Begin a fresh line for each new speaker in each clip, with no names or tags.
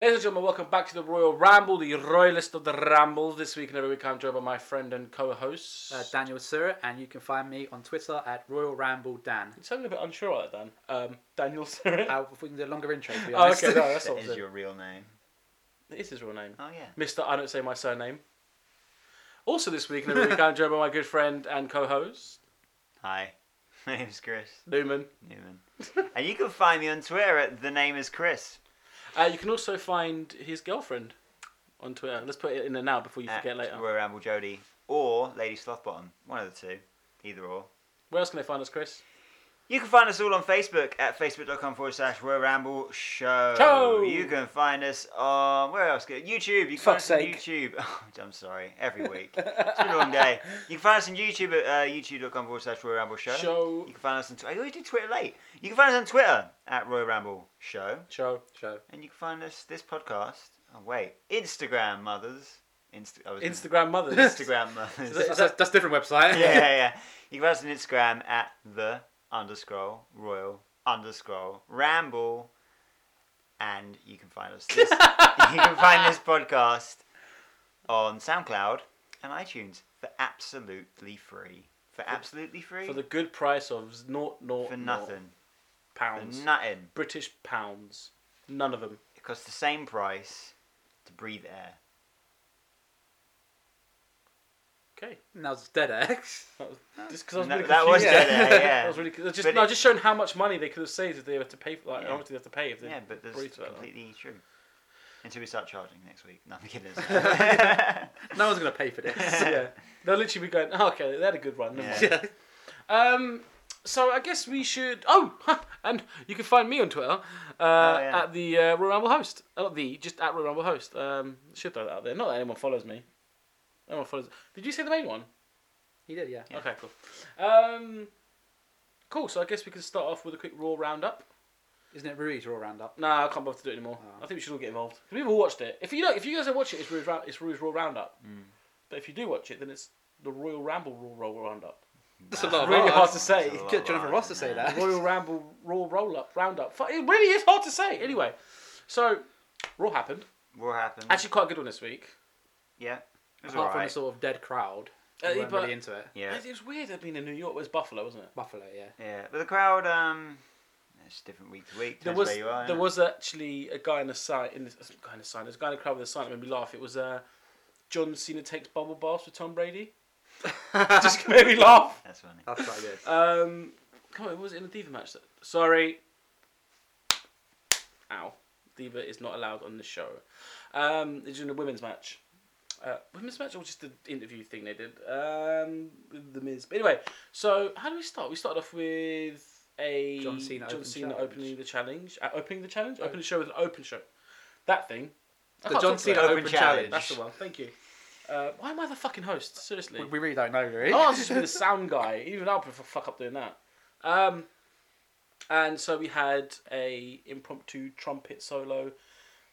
Ladies and gentlemen, welcome back to the Royal Ramble, the royalist of the rambles. This week and every week, I'm joined by my friend and co-host.
uh, Daniel Surratt, and you can find me on Twitter at Royal Ramble Dan.
you sound a bit unsure about that, Dan. Um, Daniel Surratt.
How if we can do a longer intro? To be
Oh,
honest.
okay, no, that's
That
all.
is
It
your real name.
is his real name,
Oh yeah.
Mister. I don't say my surname. Also, this week and every week, I'm joined by my good friend and co-host
Hi, my name's Chris
Newman.
Newman, and you can find me on Twitter at the name is Chris.
Uh, you can also find his girlfriend on Twitter. Let's put it in there now before you
at
forget later.
Royal Ramble Jody or Lady Slothbottom, one of the two, either or.
Where else can they find us, Chris?
You can find us all on Facebook at facebook.com forward slash Royal Ramble Show.
Show!
You can find us on, where else? Good? YouTube. You can
Fuck's
find us on
sake.
YouTube. Oh, I'm sorry, every week. it's been a long day. You can find us on YouTube at uh, youtube.com forward slash Royal Ramble Show.
Show,
You can find us on Twitter. I always do Twitter late. You can find us on Twitter at Royal Ramble Show.
show.
Show.
And you can find us this podcast. Oh wait, Instagram mothers. Insta- I was gonna-
Instagram mothers.
Instagram
Is
mothers.
that-
That's, that's, that's a different website.
yeah, yeah, yeah. You can find us on Instagram at the underscore royal underscore ramble, and you can find us this. you can find this podcast on SoundCloud and iTunes for absolutely free. For absolutely free.
For the good price of naught, naught,
for
naught
nothing. For
pounds.
nothing.
British pounds. None of them.
It costs the same price to breathe air.
Okay.
Now it's dead air.
That was, just 'cause I was
No,
really
that was
confused.
dead air,
yeah.
That was really. That's just,
But
no,
it-
just showing how much money they could have saved if they had to pay. For, like,
Yeah.
how much they have to pay if they
Yeah, but that's
breathed like that.
completely true. Until we start charging next week. No, I'm kidding.
No one's gonna pay for this.
yeah. They'll literally be going. Oh, okay, they had a good run. never
Yeah.
mind." Um. So I guess we should. Oh, and you can find me on Twitter uh,
Oh, yeah.
at the uh, Royal Rumble host. Uh, not the, just at Royal Rumble host. Um, should throw that out there. Not that anyone follows me. No one follows. Did you say the main one?
He did, yeah.
Okay, cool. Um, cool. So I guess we can start off with a quick Raw roundup.
Isn't it Ruiz Raw Roundup?
Nah, I can't bother to do it anymore.
Oh.
I think we should all get involved. 'Cause We've all watched it. If you don't, if you guys don't watch it, it's Rue's, Ra- it's Rue's Raw Roundup.
Hmm.
But if you do watch it, then it's the Royal Ramble Raw Roll Roundup.
That's a lot of
Really
words.
hard to say.
That's a lot
Get
of
Jonathan
words,
Ross to say
man.
that.
Royal Ramble Raw Roll Up Roundup. Fu- It really is hard to say. Anyway, so Raw happened.
What happened?
Actually, quite a good one this week.
yeah. It was
Apart from
alright.
the sort of dead crowd,
Uh,
they weren't
but-
really into it.
Yeah.
It was weird. I've been in New York. It was Buffalo, wasn't it?
Buffalo, yeah.
Yeah. But the crowd, um, it's different week to week.
There
depends
was
where you are,
there
innit?
was actually a guy in the sign in this guy in the sign. There's a guy in the crowd with a sign that made me laugh. It was uh, John Cena takes bubble baths with Tom Brady. Just made me laugh.
That's funny.
That's quite good.
Um, come on, what was it in the diva match? That, sorry. Ow, diva is not allowed on the show. Um, it's in a women's match. Uh, women's match or just the interview thing they did. Um, with the Miz. But anyway, so how do we start? We started off with a
John Cena open challenge.
opening the challenge, uh, opening the challenge, opening the show with an open show. That thing. I can't
John
talk today.
Cena
Open
Open
Challenge.
That's the one. Thank you. Uh, why am I the fucking host? Seriously.
We, we really don't know, really.
Oh, I was just with the sound guy. Even I'll prefer fuck up doing that. Um, and so we had a impromptu trumpet solo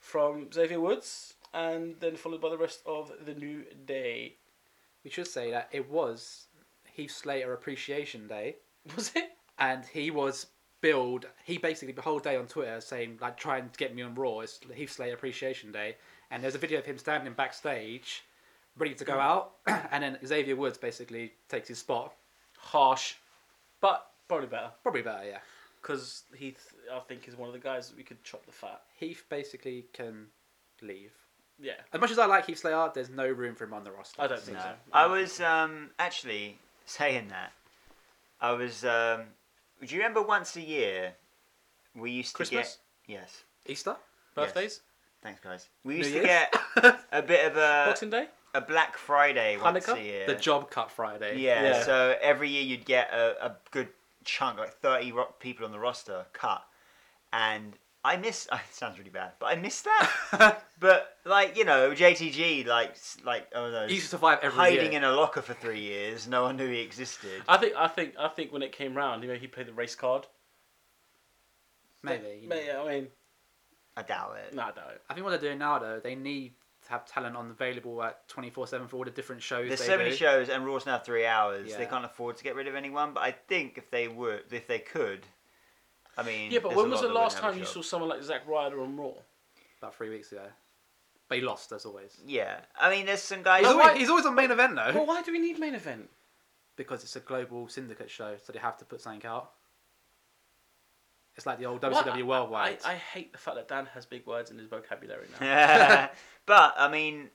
from Xavier Woods, and then followed by the rest of the New Day.
We should say that it was Heath Slater Appreciation Day,
Was it?
and he was billed. He basically the whole day on Twitter saying like, "Try and get me on Raw." It's Heath Slater Appreciation Day, and there's a video of him standing backstage, ready to go out, and then Xavier Woods basically takes his spot.
Harsh, but probably better
Probably better, yeah.
because Heath, I think, is one of the guys that we could chop the fat.
Heath basically can leave.
Yeah,
As much as I like Heath Slater, there's no room for him on the roster.
I don't think
No.
so.
I was um, actually saying that. I was. Um, do you remember once a year we used to
Christmas?
get? Yes.
Easter.
birthdays,
Thanks, guys. We used
New
to
Year's?
get a bit of a
Boxing Day.
a Black Friday once
Hanukkah?
a year.
The job cut Friday.
Yeah,
Yeah.
so every year you'd get a, a good chunk, like 30 ro- people on the roster cut. And I miss, it sounds really bad, but I miss that. but, like, you know, JTG, like, s- like oh no,
He used to survive every
hiding
year.
in a locker for three years, no one knew he existed.
I think, I think, I think when it came round, you know, he played the race card.
Maybe. you know.
But, yeah, I mean,
I doubt it.
no, I doubt it.
I think what they're doing now though, they need to have talent on available at twenty four seven for all the different shows.
There's
they
so many
do.
shows, and Raw's now three hours. They
Yeah.
can't afford to get rid of anyone, but I think if they would, if they could, I mean,
Yeah, but
there's
when
a
was
lot
the
that wouldn't
last
have a
time you
job.
saw someone like Zack Ryder on Raw?
about three weeks ago. But he lost as always.
Yeah, I mean, there's some guys.
He's
But why-
always, he's always on main event though.
Well, why do we need main event?
because it's a global syndicate show, so they have to put something out. It's like the old WCW
What-
Worldwide.
I, I hate the fact that Dan has big words in his vocabulary now.
but I mean,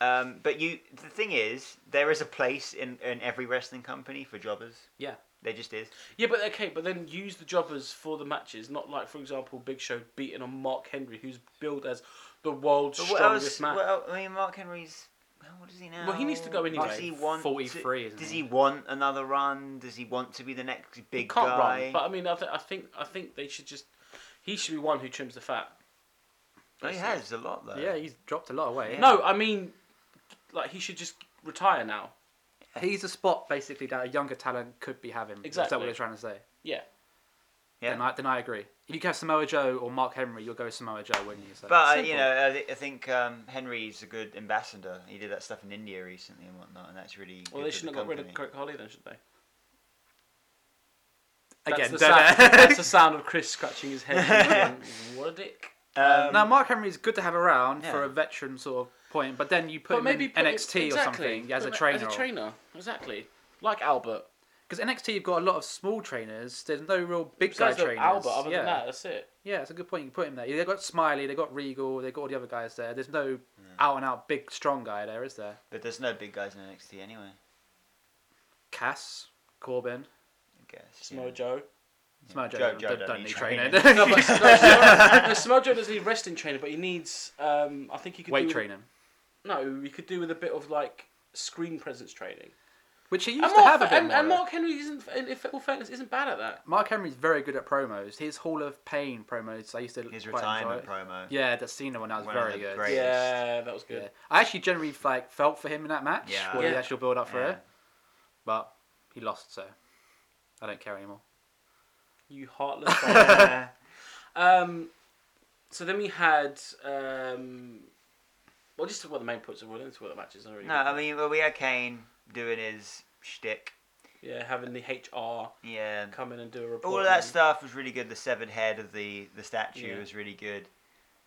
um, but you. The thing is, there is a place in, in every wrestling company for jobbers.
yeah,
There just is.
Yeah, but okay, but then use the jobbers for the matches, not like, for example, Big Show beating on Mark Henry, who's billed as the world's
But what else?
strongest man.
What else? I mean, Mark Henry's. What does he now?
Well, he needs to go anyway.
Does he want to-
43, isn't
does
he?
he want another run? Does he want to be the next big
he can't
guy?
run, but I mean, I, th- I think I think they should just. He should be one who trims the fat.
Oh, he has a lot though.
yeah, he's dropped a lot of weight.
Yeah.
No, I mean, like he should just retire now.
He's a spot basically that a younger talent could be having. Is that
Exactly.
what they're trying to say?
Yeah,
Yeah.
Then I, then I agree. If you have Samoa Joe or Mark Henry, you'll go Samoa Joe, wouldn't you? So
But uh, you
simple.
know, I, th- I think um, Henry's a good ambassador. He did that stuff in India recently and whatnot, and that's really.
well, they
good for the
shouldn't have got rid of
company.
Craig Holly then, should they?
again,
that's the,
dead
sound,
air.
that's the sound of Chris scratching his head. Going, what a dick.
Um,
now Mark Henry is good to have around
Yeah.
for a veteran sort of point, but then you put
But
him
maybe
in
put it-
NXT or something as a
But ma-
trainer.
As a trainer, exactly. Like Albert.
Because NXT, you've got a lot of small trainers. There's no real big
Besides
guy
the
trainers.
Albert, other
yeah.
than that, that's it.
Yeah, it's a good point. You put him there. They've got Smiley, they've got Regal, they've got all the other guys there. There's no out and out big strong guy there, is there?
but there's no big guys in NXT anyway.
Cass, Corbin,
I guess. yeah.
Samoa Joe.
Samoa Joe.
Joe-
don't-
Joe
don't,
don't
don't
need
need
training.
training.
No, but Samoa Joe, no, Samoa Joe doesn't need wrestling training, but he needs. Um, I think he could
Weight
do,
training,
No, he could do with a bit of like screen presence training.
which he used
And
to
Mark,
have a bit
and,
more.
and
though.
Mark Henry isn't, in in all fairness, isn't bad at that.
Mark Henry's very good at promos. His Hall of Pain promos, I used to
His
quite
retirement
enjoy.
promo.
Yeah, the Cena one, that was
One of
very
the
good.
great- Greatest.
Yeah, that was good.
Yeah. I actually generally like felt for him in that match,
Yeah.
with the
Yeah.
actual build up for
Yeah.
it, but he lost, so I don't care anymore.
You heartless. bastard.
Yeah.
um, so then we had. Um, well, just what the main points of all into what the matches are. Really
no, I mean, well, we had Kane doing his shtick.
yeah, having the HR
Yeah.
come in and do a report.
All of that
and-
stuff was really good. The severed head of the the statue
Yeah.
was really good.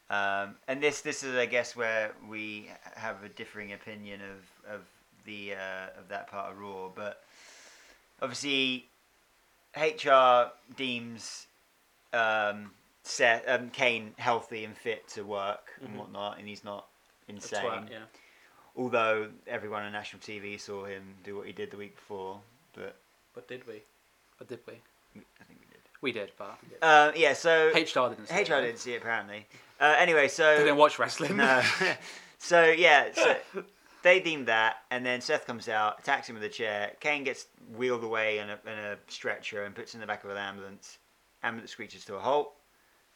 Um, and this this is I guess where we have a differing opinion of of the uh, of that part of Raw, but obviously HR deems um, Seth, um, Kane healthy and fit to work
Mhm.
and whatnot, and he's not
a
insane.
twat, yeah.
Although everyone on national TV saw him do what he did the week before, but
But did we?
But did we?
I think we did.
We did, but
Uh, yeah, so
HR didn't. see it,
HR
though.
didn't see it apparently. Uh, anyway, so
They didn't watch wrestling.
no. so yeah, so they deemed that, and then Seth comes out, attacks him with a chair. Kane gets wheeled away in a, in a stretcher and puts in the back of an ambulance. Ambulance screeches to a halt,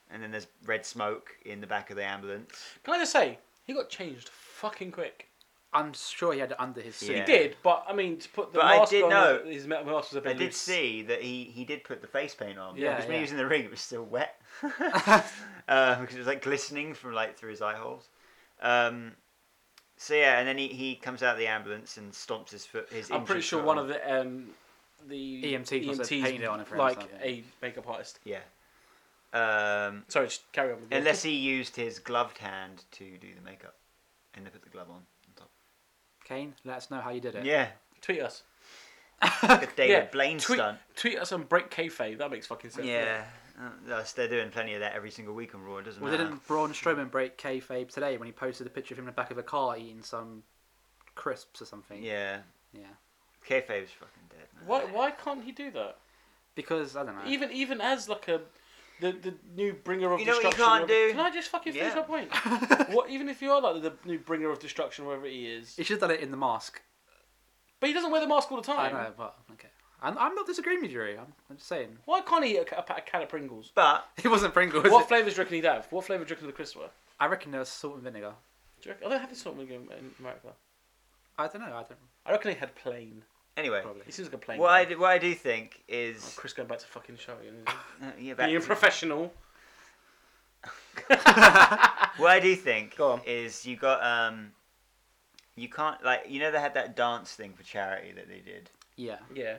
and then there's red smoke in the back of the ambulance.
Can I just say, he got changed fucking quick.
I'm sure he had it under his suit.
Yeah.
He did, but I mean, to put the
But I
mask
did
on,
know-
his ma- mask was a bit
I did
loose.
see that he, he did put the face paint on.
Yeah,
because when
yeah.
he was in the ring, it was still wet uh, because it was like glistening from like through his eye holes. Um, so yeah, and then he, he comes out of the ambulance and stomps his foot. His
I'm pretty
injury
sure
foot
one
on.
of the um, the E
EMT must have painted it on it for him or
like
something.
a makeup artist.
Yeah. Um,
Sorry, just carry on. With the-
unless he used his gloved hand to do the makeup, and they put the glove on. on
Kane, let us know how you did
top.
it.
Yeah,
tweet us,
like a David
Yeah,
Blaine
tweet,
stunt.
tweet us and break kayfabe. That makes fucking sense. doesn't it?
Yeah, Uh, that's- they're doing plenty of that every single week on Raw. It doesn't
Well,
matter.
didn't Braun Strowman break kayfabe today when he posted a picture of him in the back of a car eating some crisps or something?
Yeah,
Yeah.
kayfabe's fucking dead. Man.
Why why can't he do that?
Because I don't know.
Even even as like a the, the new bringer of
You know what you
destruction.
can't
whatever-
do?
Can I just fucking finish
Yeah.
my point? what even if you are like the new bringer of destruction, wherever he is,
he should have done it in the mask.
but he doesn't wear the mask all the
I
time.
know, but okay. I'm, I'm not disagreeing with you. Rui. I'm, I'm just saying
Why can't he eat a, ca- a pack of can of Pringles?
But
he wasn't Pringles.
What flavours do you reckon he'd have? What flavour do you reckon the crisps were?
I reckon there was salt and vinegar.
Do you reckon? I don't have this sort of in in America.
I don't know. I don't
I reckon they had plain.
anyway,
probably.
He seems like a plain.
what
guy.
I do, what I do think
Oh,
is
Chris going back to fucking show you.
uh, yeah, back
Being
to-
professional.
what I do think
Go on.
is you got um, you can't like you know they had that dance thing for charity that they did.
Yeah.
Yeah.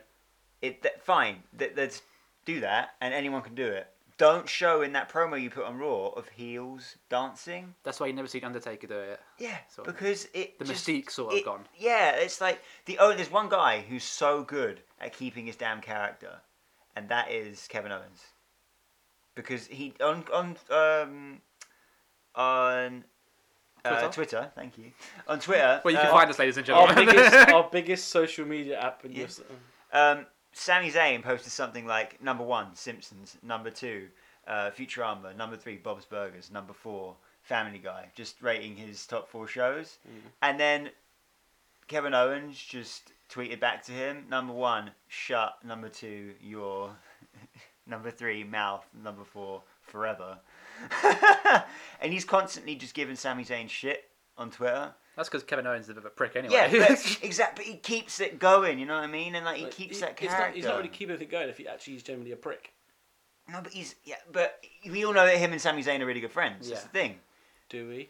It that, fine. That, let's do that, and anyone can do it. don't show in that promo you put on Raw of heels dancing.
That's why you never seen Undertaker do it.
Yeah,
Sort of.
because it
The
just-
mystique sort of
it-
gone.
Yeah, it's like the oh, there's one guy who's so good at keeping his damn character, and that is Kevin Owens, because he on on um on uh,
Twitter?
Twitter. Thank you. On Twitter.
Well, you can
uh,
find us, ladies and
Our
gentlemen.
biggest, our biggest social media app. uh, And
Yeah.
yes.
Um, Sami Zayn posted something like number one, Simpsons, number two, uh, Futurama, number three, Bob's Burgers, number four, Family Guy, just rating his top four shows.
Mm.
And then Kevin Owens just tweeted back to him number one, shut, number two, your, number three, mouth, number four, forever. and he's constantly just giving Sami Zayn shit on Twitter.
That's because Kevin Owens is a bit of a prick anyway.
Yeah, but, exactly. But he keeps it going. You know what I mean? And like he
Like,
keeps
he-
that
it's
character.
not, he's not really keeping anything going if he actually is generally a prick.
No, but he's yeah. But we all know that him and Sami Zayn are really good friends. That's
Yeah.
the thing.
Do we?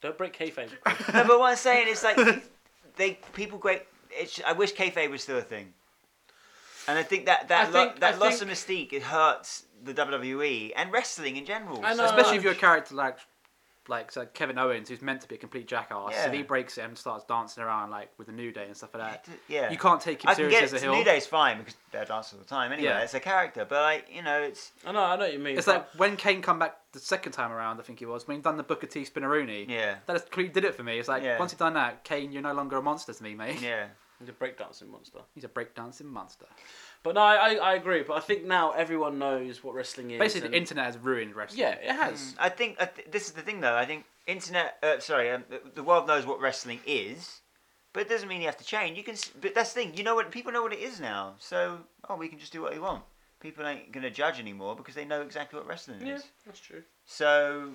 Don't break kayfabe.
No, but what I'm saying is like they people great. It's, I wish kayfabe was still a thing. And I think that that
I
lo-
think-
that
I
loss
think-
of mystique it hurts the WWE and wrestling in general.
I
So-
know.
Especially if you're a character like like so Kevin Owens, who's meant to be a complete jackass,
Yeah.
and he breaks it and starts dancing around like with the New Day and stuff like that.
Yeah.
You can't take him
I can
serious
get
as a
it.
heel.
New Day's fine because they're dancing all the time. Anyway,
Yeah.
it's a character. But like you know, it's
I know, I know what you mean.
It's
but
like when Kane come back the second time around, I think he was when he done the Booker T Spinneroonie.
yeah,
That just completely did it for me. It's like
Yeah.
once you've done that, Kane, you're no longer a monster to me, mate.
yeah.
the breakdancing monster.
He's a breakdancing monster.
But no, I, I, I agree. But I think now everyone knows what wrestling is.
Basically,
and-
the internet has ruined wrestling.
yeah, it has.
Mm, I think I th- this is the thing, though. I think internet, uh, sorry, um, the- the world knows what wrestling is, but it doesn't mean you have to change. You can, s- but that's the thing. You know what? People know what it is now, so oh, we can just do what we want. People ain't gonna judge anymore because they know exactly what
Hmm.
wrestling
Yeah,
is.
that's true.
So,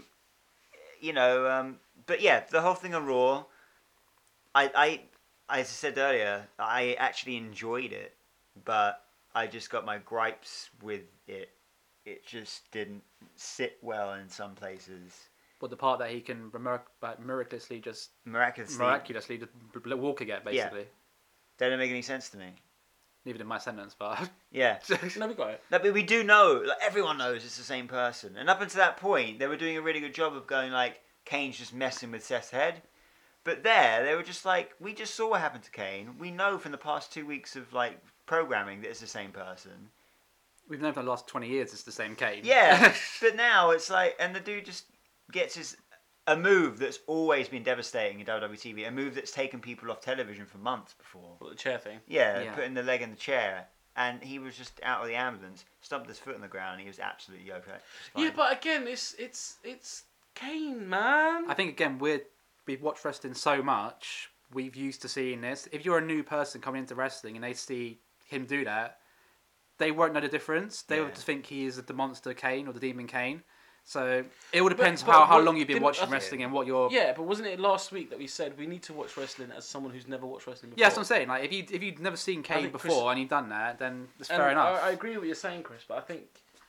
you know, um, but yeah, the whole thing on Raw, I, I, as I said earlier, I actually enjoyed it, but I just got my gripes with it. It just didn't sit well in some places.
But the part that he can remir- like, miraculously just
Miraculously,
miraculously just b- b- walk again, basically.
that didn't make any sense to me.
Even in my sentence, but
Yeah,
No, we got it.
No, but we do know. Like, everyone knows it's the same person. And up until that point, they were doing a really good job of going like Kane's just messing with Seth's head. But there, they were just like, we just saw what happened to Kane. We know from the past two weeks of like programming that it's the same person.
we've known for the last twenty years it's the same Kane.
Yeah, but now it's like, and the dude just gets his a move that's always been devastating in WWE TV, a move that's taken people off television for months before.
Well, the chair thing.
Yeah,
Yeah.
putting the leg in the chair. And he was just out of the ambulance, stumped his foot on the ground, and he was absolutely okay. It's
Yeah,
fine.
but again, it's it's it's Kane, man.
I think again we're we've watched wrestling so much, we've used to seeing this. If you're a new person coming into wrestling and they see him do that, they won't know the difference. They
Yeah.
would just think he is the monster Kane or the demon Kane. So it all depends
but
how, how
what-
long you've been
didn't- I
watching
think-
wrestling and what your
yeah, but wasn't it last week that we said we need to watch wrestling as someone who's never watched wrestling before?
Yeah, that's what I'm saying. Like if you if you've never seen Kane
think Chris-
before and you've done that, then it's fair
And
enough.
I, I agree with what you're saying, Chris, but I think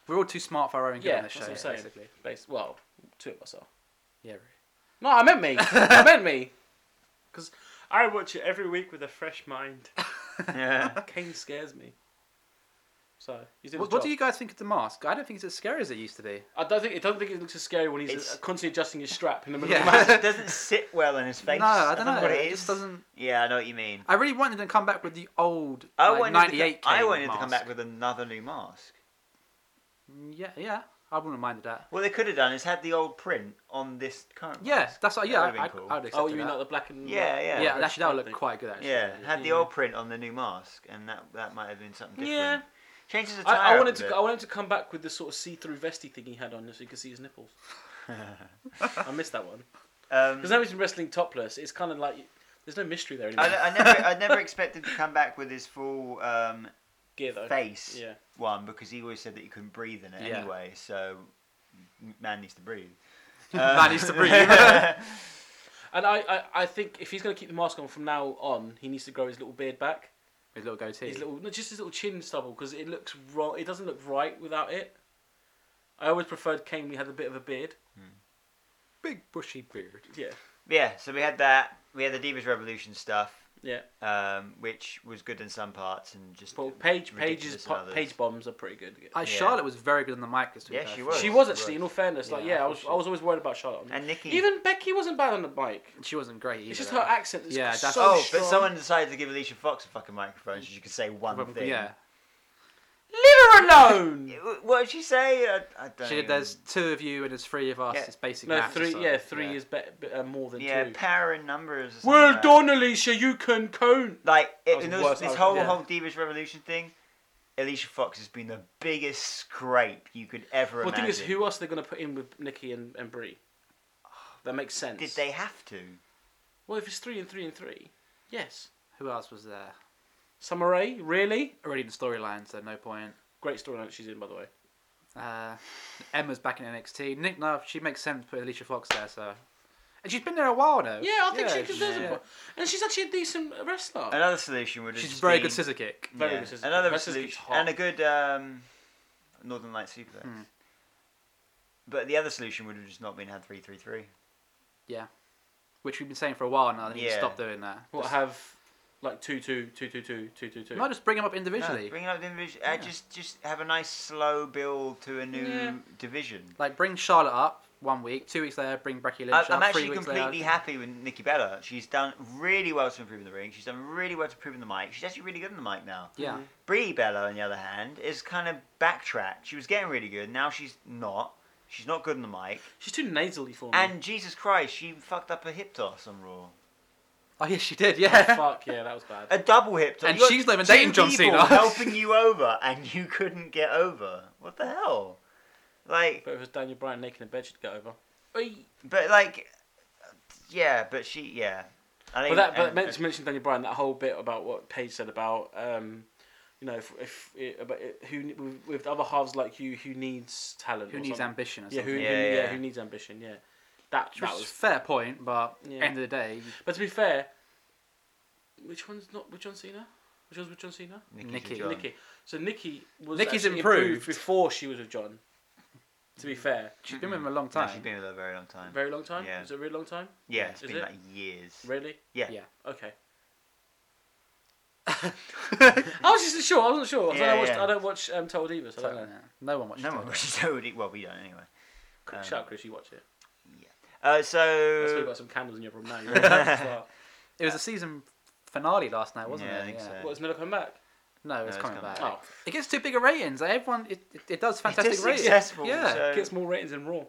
We're all too smart for our own good
yeah,
on
that's
this
what
show,
I'm saying.
basically.
Bas- well, two of us are.
Yeah.
No, I meant me. I meant me. Because I watch it every week with a fresh mind.
yeah.
Kane scares me. So he's doing
What,
his
what
job.
do you guys think of the mask? I don't think it's as scary as it used to be.
I don't think. I don't think it looks as scary when he's
It's-
uh, constantly adjusting his strap in the middle
Yeah.
of the match.
It doesn't sit well in his face.
No, I don't know.
what it
It
is.
just doesn't.
Yeah, I know what you mean.
I really wanted them to come back with the old
I
like,
wanted, to,
98
co- I
Kane
wanted to come
mask.
back with another new mask.
Yeah, yeah. I wouldn't have minded that.
What they could have done is had the old print on this current
Yeah,
mask.
that's what,
That
yeah,
would've been
I,
cool.
I would accept
Oh, you mean
that.
like the black and
Yeah, yeah.
yeah,
yeah.
actually, that would
Thing.
look quite good, actually.
Yeah, had the
Yeah.
old print on the new mask, and that, that might have been something different.
Yeah.
Changes the
I,
tire
I wanted to.
Bit.
I wanted to come back with the sort of see-through vesty thing he had on, so you could see his nipples. I missed that one
um,
because now he's been wrestling topless. It's kind of like there's no mystery there anymore.
I, I never, I never expected to come back with his full um,
Gear though.
face
Yeah.
one because he always said that you couldn't breathe in it
Yeah.
anyway. So m- man needs to breathe.
Man needs to breathe.
And I, I, I think if he's going to keep the mask on from now on, he needs to grow his little beard back.
His little goatee.
His little, no, just his little chin stubble because it looks wrong. It doesn't look right without it. I always preferred Kane. We had a bit of a beard.
big bushy beard.
Yeah.
Yeah, so we had that. We had the Divas Revolution stuff.
Yeah.
um, which was good in some parts and just
But Paige, Page's
ridiculous in
po-
others.
Page bombs are pretty good.
Uh,
Yeah.
Charlotte was very good on the mic. This
Yeah, she was.
she
She
was actually, in all
was.
fairness, like
Yeah,
yeah,
I
I was,
thought
I was always worried about Charlotte.
and Nikki.
Even Becky wasn't bad on the mic.
She wasn't great either.
It's just her accent. Is
Yeah, that's-
so
oh,
strong.
but someone decided to give Alicia Fox a fucking microphone so she could say one
Probably-
thing.
Yeah.
leave her alone.
What did she say? I, I don't.
She,
even-
there's two of you and there's three of us.
Yeah.
It's basically
no, three. Yeah, three is better, uh, more than
yeah,
two.
power in numbers. or something
well
like that.
done, Alicia. You can count.
Like
That
it,
was
and
the
there was
worst
this
outcome.
whole
Yeah.
whole Divas Revolution thing. Alicia Fox has been the biggest scrape you could ever
Well, the
imagine. Oh.
thing is, who else are they going to put in with Nikki and, and Brie? That makes sense.
did they have to?
Well, if it's three and three and three, yes.
Who else was there?
Summer Rae, really?
Already in the storylines, so no point.
Great storyline that she's in, by the way.
Uh, Emma's back in NXT. Nick Nuff, she makes sense to put Alicia Fox there, so. And she's been there a while now.
Yeah, I think she
Yeah,
she
she's-
deserves
yeah.
it. And she's actually a decent wrestler.
Another solution would have
She's
just
very
been,
good scissor kick.
Very
yeah,
good scissor
Another
kick. Her scissor kick's
solution
hot.
and a good um, Northern Light suplex.
Hmm.
But the other solution would have just not been had three three three.
Which we've been saying for a while now. They need to
Yeah.
stop doing that.
What
Just-
have like two two two two two two two two?
No, just bring them up
No,
individually.
bring it up the individual.
Yeah.
Uh, just just have a nice slow build to a new
Yeah.
division.
Like, bring Charlotte up one week, two weeks later, bring Becky Lynch
I-
up.
I'm actually
three weeks
completely
later.
happy with Nikki Bella. She's done really well to improve in the ring. She's done really well to improve in the mic. She's actually really good in the mic now.
Yeah.
Brie Bella, on the other hand, is kind of backtracked. She was getting really good. Now she's not. She's not good in the mic.
She's too nasally for me.
And Jesus Christ, she fucked up a hip toss on Raw.
Oh, yeah, she did,
Oh,
yeah.
fuck yeah, that was bad.
A double hip toss.
And
You got
she's not even
two
dating John
people
Cena.
helping you over, and you couldn't get over. What the hell? Like,
But if it was Daniel Bryan naked in bed, she'd get over. Oi.
but like, yeah, but she, yeah. I
But that, but
and-
mention, mention Daniel Bryan, that whole bit about what Paige said about, um, you know, if, if it, about it, who with, with other halves like you, who needs talent?
Who
or
needs
something.
ambition or
Yeah, who,
something?
who-
Yeah,
yeah,
yeah.
who needs ambition? Yeah, that
Which
that
was
was.
fair point, but
Yeah.
end of the day,
But to be fair, which one's not with John Cena? Which one's with John Cena?
Nikki's
Nikki.
a John.
Nikki. So Nikki was
Nikki's
actually
improved.
before she was with John. To
Mm.
be fair,
she's been with him a long
No,
time.
she's been with her a very long time.
very long time.
Yeah.
Is it a really long time?
yeah, it's
Is
been
it?
like years.
Really?
Yeah.
Yeah.
Okay. I was just sure. I wasn't sure. 'cause I
Yeah,
don't watch.
yeah.
I don't watch um, Total Divas. I don't know.
Yeah. No one watched
No
it.
one watches Toadie. Well, we don't anyway. Um,
Shout, Chris. You watch it.
Uh,
That's why you've
so
got some candles in your room now. You're really happy as well.
It was a season finale last night, wasn't
Yeah, Uh,
it?
I think so.
What, it's never come back?
No, it's
it's
coming
coming
back.
Oh,
It gets too big of ratings. Like everyone, it, it, it does fantastic
it is
ratings.
successful.
Yeah,
so,
it gets more ratings than Raw.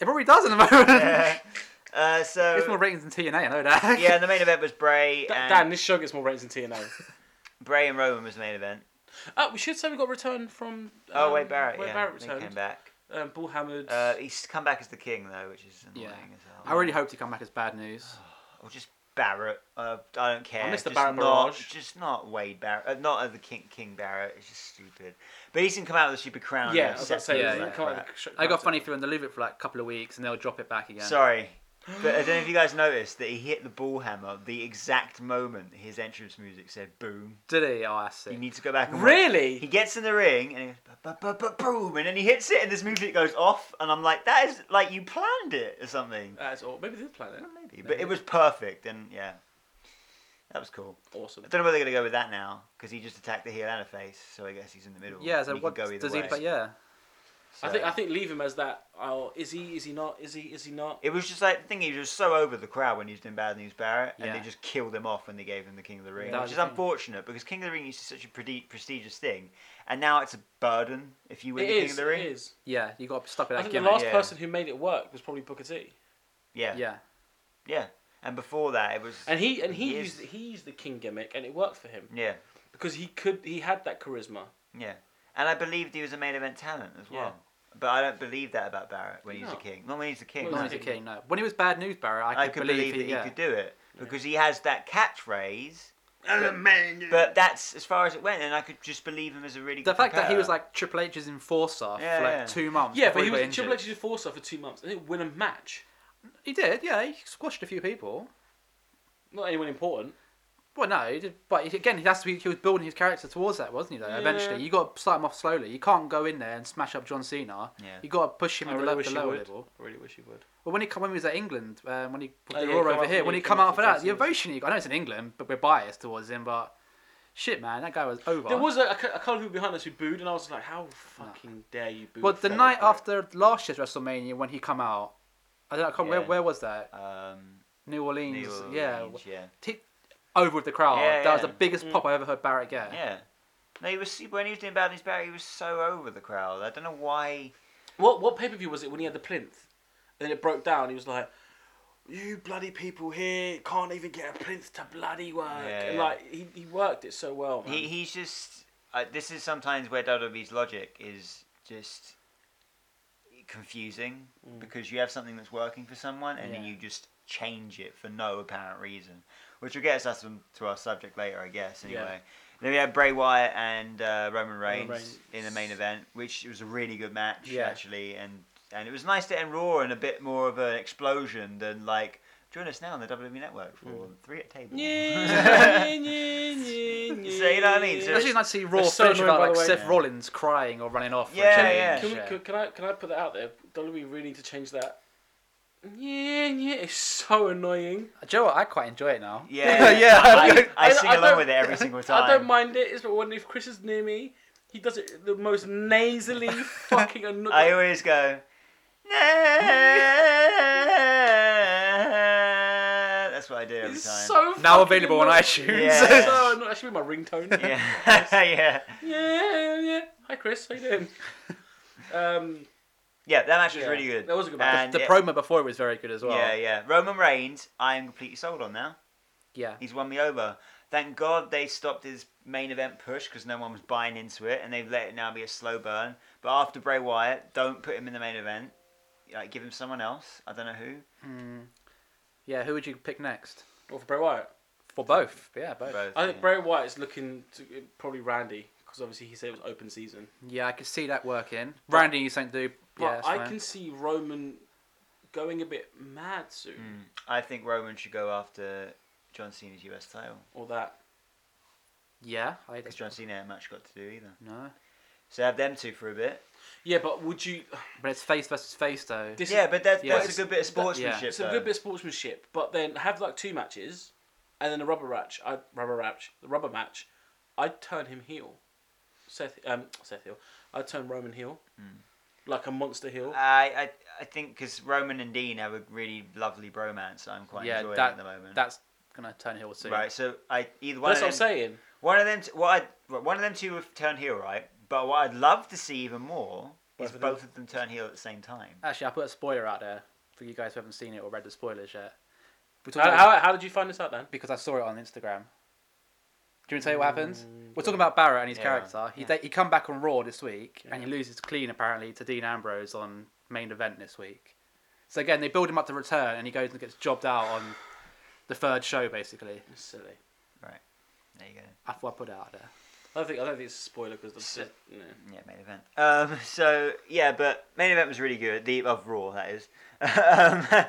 it probably does at the moment.
yeah. Uh,
it gets more
so
ratings than TNA. I know that.
yeah, and the main event was Bray
Da-
and
Dan, this show gets more ratings than TNA.
Bray and Roman was the main event.
Oh, we should say we got a return from.
Oh,
um,
Wade Barrett.
Wade
yeah,
Barrett
he came
returned.
back.
Um, Bull Hammered.
Uh, he's come back as the king though, which is
Yeah.
annoying as hell.
I really hope to come back as bad news.
Or just Barrett. Uh, I don't care.
I miss the
just
Barrett
not,
barrage.
Just not Wade Barrett. Uh, not uh, the king, king Barrett. It's just stupid. But he's gonna come out with a stupid crown.
yeah, I
and
was
a
about to say.
yeah,
you
scepter and all
yeah.
can't
that
have
crap.
a sh-
I got funny through and they leave it for like a couple of weeks and they'll drop it back again.
Sorry. But I don't know if you guys noticed that he hit the ball hammer the exact moment his entrance music said boom.
Did he? Oh, I see.
You need to go back and watch. He
Really?
gets in the ring and he goes, "Ba, ba, ba, ba, boom, and then he hits it and this music goes off and I'm like, that is like you planned it or something.
That's all. Maybe this planet.
Well, maybe, but it was perfect and yeah, that was cool.
Awesome.
I don't know where they're gonna go with that now because he just attacked the heel and a face, so I guess he's in the middle.
yeah, so
He can
what
go either
does
way.
he? But yeah,
I think
So-
I think leave him as that. Oh, is he? Is he not? Is he? Is he not?
It was just like the thing he was just so over the crowd when he was doing Bad News Barrett, and
Yeah.
they just killed him off when they gave him the King of the Ring,
That was
which is
the thing.
unfortunate because King of the Ring used to be such a pre- prestigious thing, and now it's a burden if you win
It
the King
is.
of the Ring.
It is.
yeah, you got stuck with
I
that
think the
gimmick.
last
yeah.
person who made it work was probably Booker T.
Yeah. yeah,
Yeah,
And before that, it was
And he and he
He is-
used he used the king gimmick and it worked for him
yeah,
because he could he had that charisma.
yeah. And I believed he was a main event talent as well,
Yeah.
but I don't believe that about Barrett when he's
No.
the King. Not when he's the King.
Well,
not
no,
as a
he didn't.
king. No, when he was bad news, Barry, I could,
I could believe that he
yeah.
could do it because he has that catchphrase. Um,
man.
But that's as far as it went, and I could just believe him as a really
The
good
fact that he was
competitor.
like Triple H's enforcer
Yeah,
for like
yeah.
two months.
yeah,
before
but he was
got
in Triple
injured.
H's enforcer for two months and didn't win a match.
He did, yeah. He squashed a few people.
Not anyone important.
Well, no, he did, but again, that's he was building his character towards that, wasn't he? Though eventually,
Yeah.
you got to start him off slowly. You can't go in there and smash up John Cena.
Yeah.
You got to push him
I
at the,
really
le-
wish
the
he
lower
would.
level.
I really wish he would.
Well, when he come, when he was at England, um, when he
Oh, yeah,
they
he
were
come
over
out-
here, when
yeah,
he
he
come
came
out
out
for
for
that, the
Chelsea.
ovation he got. I know it's in England, but we're biased towards him. But shit, man, that guy was over.
There was a, a cou- a couple of people behind us who booed, and I was like, "How fucking dare you boo?"
well, the
Federer
night
for it?
after last year's WrestleMania, when he come out, I don't know, I can't, where
Yeah.
where was that?
Um,
New Orleans,
New
yeah.
Orleans, yeah.
T- over with the crowd.
Yeah,
that was the
yeah.
biggest
Mm.
pop I ever heard Barrett get.
Yeah. No, he was when he was doing Bad News Barry, he was so over the crowd. I don't know why.
What what pay per view was it when he had the plinth, and then it broke down? He was like, "You bloody people here can't even get a plinth to bloody work."
Yeah,
and
yeah.
like he, he worked it so well. Oh, Man.
He he's just. Uh, this is sometimes where WWE's logic is just confusing because you have something that's working for someone and then
Yeah.
you just change it for no apparent reason, which will get us us to our subject later, I guess. Anyway. Then we had Bray Wyatt and uh, Roman, Reigns
Reigns.
in the main event, which was a really good match
Yeah.
actually, and and it was nice to end Raw in a bit more of an explosion than like join us now on the WWE Network for three at table.
Yeah, yeah, yeah, yeah,
So, you know what I mean?
yeah.
It's
So
actually nice to see Raw
It's so
finish
annoying,
without
by
like
the way.
Seth
Yeah.
Rollins crying or running off. for a
Yeah,
change.
yeah.
Can, we, can, can I can I put that out there? Don't we really need to change that? Yeah, yeah, it's so annoying.
Do you know what? I quite enjoy it now.
Yeah,
yeah.
I, I
I-
sing
I
along
don't-
with it every single time.
I don't mind it. It's but when if Chris is near me, he does it the most nasally fucking annoying.
I always go. That's what I do every
It's
time.
so
Now
fucking
available on
annoying.
iTunes.
Yeah.
So annoying. That should be my ringtone.
yeah, yeah,
yeah, yeah. Hi, Chris. How you doing? Um,
yeah. That match was
Yeah,
really good.
that was a good
The-
match.
And
the
yeah,
promo before it was very good as well.
Yeah, yeah. Roman Reigns, I am completely sold on now.
yeah.
He's won me over. Thank God they stopped his main event push because no one was buying into it, and they've let it now be a slow burn. But after Bray Wyatt, don't put him in the main event. Like, give him someone else. I don't know who.
Mm. Yeah, who would you pick next?
or oh, for Bray Wyatt.
For both. Yeah, both.
Both,
I think
yeah.
Bray Wyatt is looking to uh, probably Randy because obviously he said it was open season.
Yeah, I could see that working. Randy, you think do?
But
Yeah, that's
I
fine.
can see Roman going a bit mad soon,
Mm. I think Roman should go after John Cena's US title.
or that.
Yeah, I
Because John Cena ain't much got to do either.
no.
So have them two for a bit.
Yeah, but would you?
But it's face versus face though.
This
yeah, but that's,
yeah.
that's a good bit of sportsmanship.
It's a
though.
good bit of sportsmanship, but then have like two matches, and then a rubber match. I rubber match, the rubber match. I'd turn him heel, Seth. Um, Seth heel. I'd turn Roman heel, like a monster heel.
I, I, I think because Roman and Dean have a really lovely bromance. that I'm quite
yeah,
enjoying
that
at the moment.
that's gonna turn heel soon.
right. So I either one
That's
of
what
them,
I'm saying.
one of them, t- what I, one of them two have turned heel, right? But what I'd love to see even more
Both
is
of them.
both of them turn heel at the same time.
Actually, I put a spoiler out there for you guys who haven't seen it or read the spoilers yet. We talked
How, how,
about-
how did you find this out, Dan?
because I saw it on Instagram. Do you want to tell you what happens?
Mm,
We're talking about Barrett and his
Yeah.
character. He
Yeah.
da- he come back on Raw this week and
Yeah.
he loses clean apparently to Dean Ambrose on main event this week. So again, they build him up to return and he goes and gets jobbed out on the third show basically.
It's silly.
There you go.
I thought I put it out there.
I don't think I don't think it's a spoiler because the
Sit.
no.
Yeah, main event. Um, so yeah, but main event was really good. The of Raw that is. um, uh,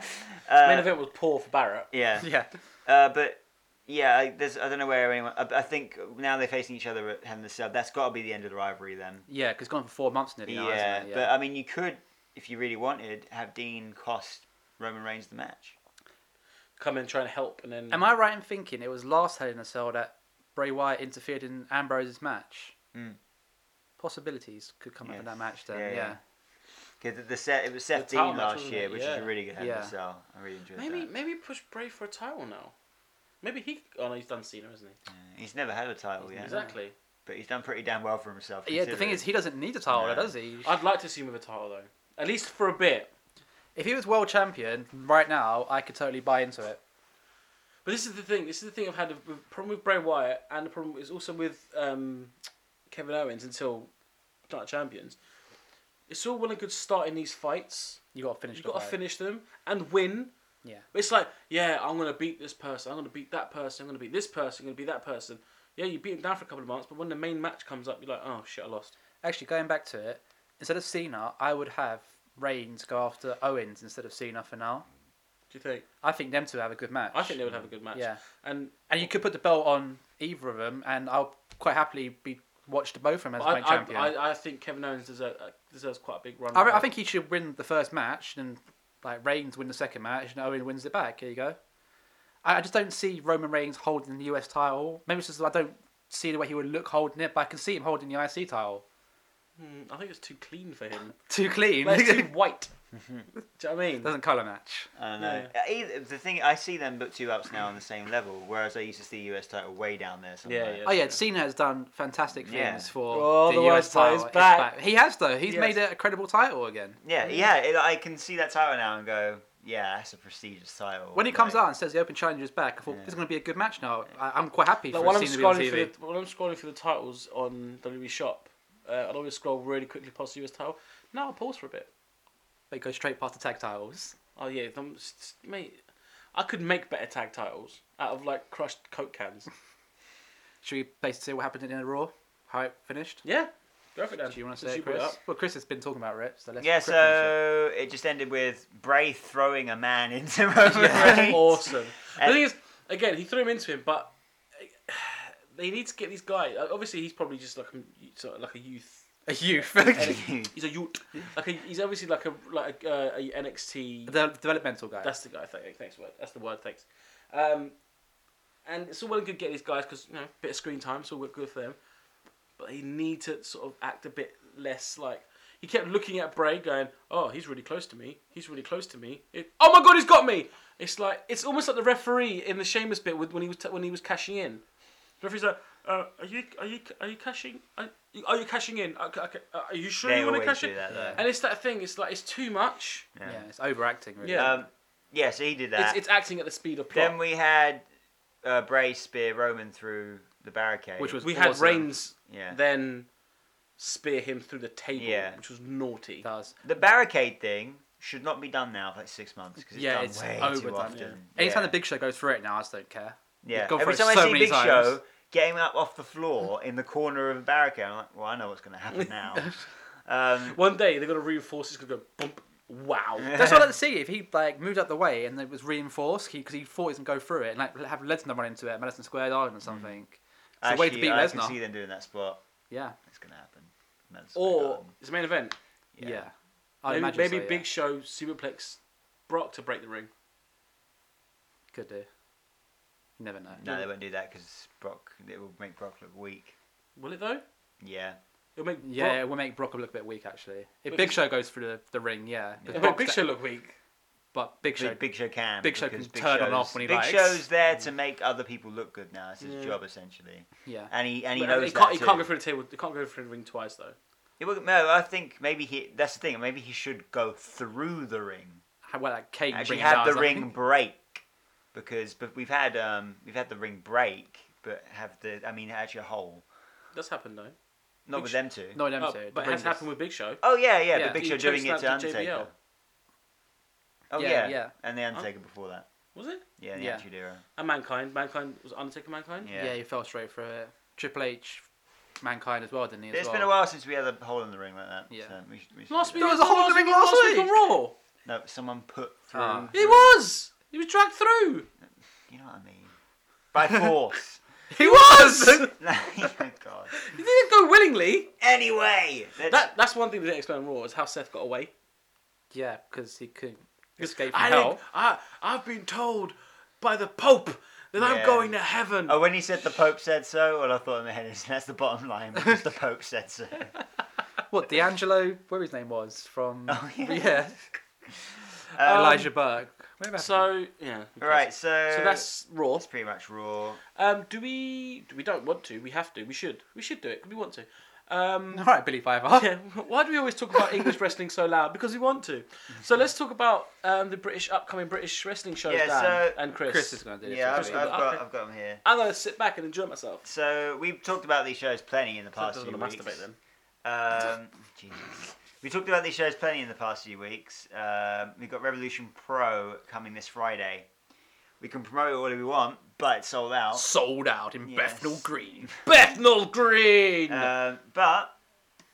main event was poor for Barrett.
Yeah.
Yeah.
Uh, but yeah, I, there's I don't know where anyone. I, I think now they're facing each other at Hell in a Cell. That's got to be the end of the rivalry then.
Yeah, because gone for four months nearly now,
yeah,
hasn't it? Yeah.
but I mean, you could, if you really wanted, have Dean cost Roman Reigns the match.
Come in, try and help, and
um,
then
Am I right in thinking it was last Hell in a Cell that Bray Wyatt interfered in Ambrose's match?
Mm.
Possibilities could come up in
Yes.
that match then.
Yeah,
Yeah.
yeah. Because the, the set it was Seth
The title
Dean
match,
last
wasn't
year,
it?
which is
Yeah.
a really good Hell in
Yeah.
a Cell. I really enjoyed
maybe
that.
maybe push Bray for a title now. Maybe he. Oh no, he's done Cena, isn't he?
Yeah. He's never had a title yet,
Exactly.
but he's done pretty damn well for himself.
Yeah, the thing
considering.
is, he doesn't need a title,
No.
does he?
I'd like to see him with a title though, at least for a bit.
If he was world champion right now, I could totally buy into it.
But this is the thing. This is the thing I've had. The problem with Bray Wyatt, and the problem is also with um, Kevin Owens until Night of Champions. It's all well and good starting these fights.
You got to finish.
You've
the
got to
fight.
finish them and win.
Yeah.
But It's like, yeah, I'm gonna beat this person. I'm gonna beat that person. I'm gonna beat this person. I'm gonna beat that person. Yeah, you beat him down for a couple of months, but when the main match comes up, you're like, oh shit, I lost.
Actually, going back to it, instead of Cena, I would have Reigns go after Owens instead of Cena for now.
you think?
I think them two have a good match.
I think they would have a good match.
Yeah,
And
and you could put the belt on either of them, and I'll quite happily be watch the both of them as
I,
my
I,
champion. I,
I, I think Kevin Owens deserves, deserves quite a big run.
re- I think he should win the first match, and like Reigns win the second match, and Owen wins it back. Here you go. I, I just don't see Roman Reigns holding the US title. Maybe it's just that I don't see the way he would look holding it, but I can see him holding the IC title.
Hmm, I think it's too clean for him.
Too clean.
Like, it's too white. Do you know what I mean?
Doesn't colour match.
uh, I don't know. Either, the thing I see them book two ups now on the same level, whereas I used to see US title way down there. Somewhere.
yeah.
Oh yeah, Cena has done fantastic things
Yeah.
for
Oh,
the,
the
US
world's title
title.
is
It's
back.
He has though. He's
Yes.
made it a credible title again.
yeah, yeah. It, I can see that title now and go, yeah, that's a prestigious title.
When he comes
Like,
out and says the Open Challenger is back, I thought
Yeah.
this is going to be a good match now. I, I'm quite happy
Like
for
while I'm
Cena to be on
scrolling
TV.
for the, while I'm scrolling for the titles on WWE Shop, uh, I'd always scroll really quickly past the US title. Now I'll pause for a bit.
They go straight past the tag titles.
Oh yeah, them, s- s- mate, I could make better tag titles out of like crushed coke cans.
Should we basically say what happened in the Raw? How it finished?
Yeah, go for it. Dan.
Do you want to
Since
say it,
brought it
Chris?
up.
Well, Chris has been talking about it, so let's.
Yeah,
Chris finish it.
so it just ended with Bray throwing a man into Roman
That's
Reigns.
awesome.
And-
Eh.
the thing is, again, he threw him into him, but they need to get these guys. Obviously, he's probably just like a, sort of like a youth.
a youth.
He's a youth. Like a, he's obviously like a like a, uh, a NXT.
the developmental guy.
That's the guy. Thank, thanks, word. That's the word. Thanks. Um, and it's all well and good getting these guys because you know bit of screen time, so good for them. But they need to sort of act a bit less like. He kept looking at Bray, going, "Oh, he's really close to me. He's really close to me. It- oh my God, he's got me!" It's like it's almost like the referee in the Sheamus bit with, when he was t- when he was cashing in. The referee's like, uh, "Are you are you are you cashing? Are you, are you cashing in? Okay, okay, uh, Are you sure
They
you want to
always
cash
do
in?"
that, though.
And it's that thing. It's like it's too much.
yeah.
Yeah.
it's overacting. Really.
Yeah.
Um, yeah, so he did that.
It's, it's acting at the speed of plot.
Then we had uh, Bray spear Roman through the barricade,
Which was-
we had
awesome.
Reigns
yeah.
then spear him through the table,
Yeah.
which was naughty.
It does.
the barricade thing should not be done now for like six months because it's
Yeah,
done
it's
way too
overdone,
often.
yeah.
Anytime the Big Show goes through it now, I just don't care.
yeah.
gone
every
for it
time I
so
see
many
Big
times.
Show getting up off the floor in the corner of a barricade, I'm like, well, I know what's going to happen now. um,
One day they're gonna reinforce. It's gonna go bump. Wow.
That's what I'd like to see if he like moved out the way and it was reinforced because he, thought he was gonna go through it and like have Lesnar run into it at Madison Square Garden or something. It's a way to
Mm. actually,
beat
I
Lesnar.
can see them doing that spot.
Yeah,
It's going to happen. Madison Square
or
Garden.
it's a main event.
yeah.
Yeah.
I'd
maybe
imagine
maybe
so,
Big
yeah.
Show superplex Brock to break the ring.
could do. You never know.
no, they won't do that because Brock. It will make Brock look weak.
Will it though?
Yeah,
It'll make
Yeah,
Brock,
it will make Brock look a bit weak actually. If
But
Big
he's-
Show goes through the, the ring, yeah. 'Cause
it'll make
Brock's
Big
da-
Show look weak.
but Big Show,
Big, Big Show can.
Big Show
because
can turn on
Show's-
off when he
Big
likes. Mm.
Show's there to make other people look good now. It's his
Yeah.
job essentially,
yeah.
and he and he
But
knows
he can't,
that
he
too.
can't go through the table. He can't go through the ring twice though.
It would- no, I think maybe he. That's the thing. Maybe he should go through the ring.
How- Well, that Kane
Actually,
brings
have
out
the
something.
ring break because but we've had um we've had the ring break, but have the I mean actually a hole.
That's happened though.
Not
Big
with
Sh-
them two.
No, no,
Oh,
no.
but it has happened with Big Show.
Oh yeah, yeah,
Yeah.
but Big
He
Show doing
chokeslammed
it to
to JBL.
Undertaker. Oh
Yeah,
yeah,
yeah.
and the Undertaker before that.
Was it?
Yeah, the
Yeah.
Attitude Era.
And Mankind. Mankind was Undertaker. Mankind.
Yeah.
Yeah. he fell straight through it. Triple H, Mankind as well, didn't he? As
It's
well.
been a while since we had a hole in the ring like that.
Yeah.
so we should- we should
Last
do
week
that.
There was a whole
last
living
week-
last
week
week.
on Raw.
No, someone put through.
Ah.
He was. He was dragged through.
You know what I mean? By force.
He was.
oh my god.
He didn't go willingly.
Anyway, let's-
That that's one thing that didn't explain Raw is how Seth got away.
yeah, because he could escape from
I
hell.
didn't- I I've been told by the Pope that
Yeah.
I'm going to heaven.
Oh, when he said the Pope said so, all I thought in my head is that's the bottom line because the Pope said so.
What D'Angelo, where his name was from?
Oh, yeah. Um,
Elijah Burke. Where about him?
So yeah. okay.
Right, so,
So that's Raw.
that's pretty much raw.
Um, do we? We don't want to. We have to. We should. We should do it. 'cause We want to. Um,
all right, Billy Fiver.
yeah. Why do we always talk about English wrestling so loud? Because we want to. So let's talk about um, the British upcoming British wrestling shows.
Yeah,
Dan
so-
and Chris.
Chris is going to do this.
Yeah, I've, I've
this week.
gonna-
got
okay.
I've got him here.
I'm gonna sit back and enjoy myself.
So we've talked about these shows plenty in the
I'm
past
gonna
few weeks.
masturbate then.
Um, Jesus. We talked about these shows plenty in the past few weeks. Um, we've got Revolution Pro coming this Friday. We can promote it all we want, but it's sold out.
Sold out in
Yes. Uh,
Bethnal Green.
Bethnal Green.
Um, but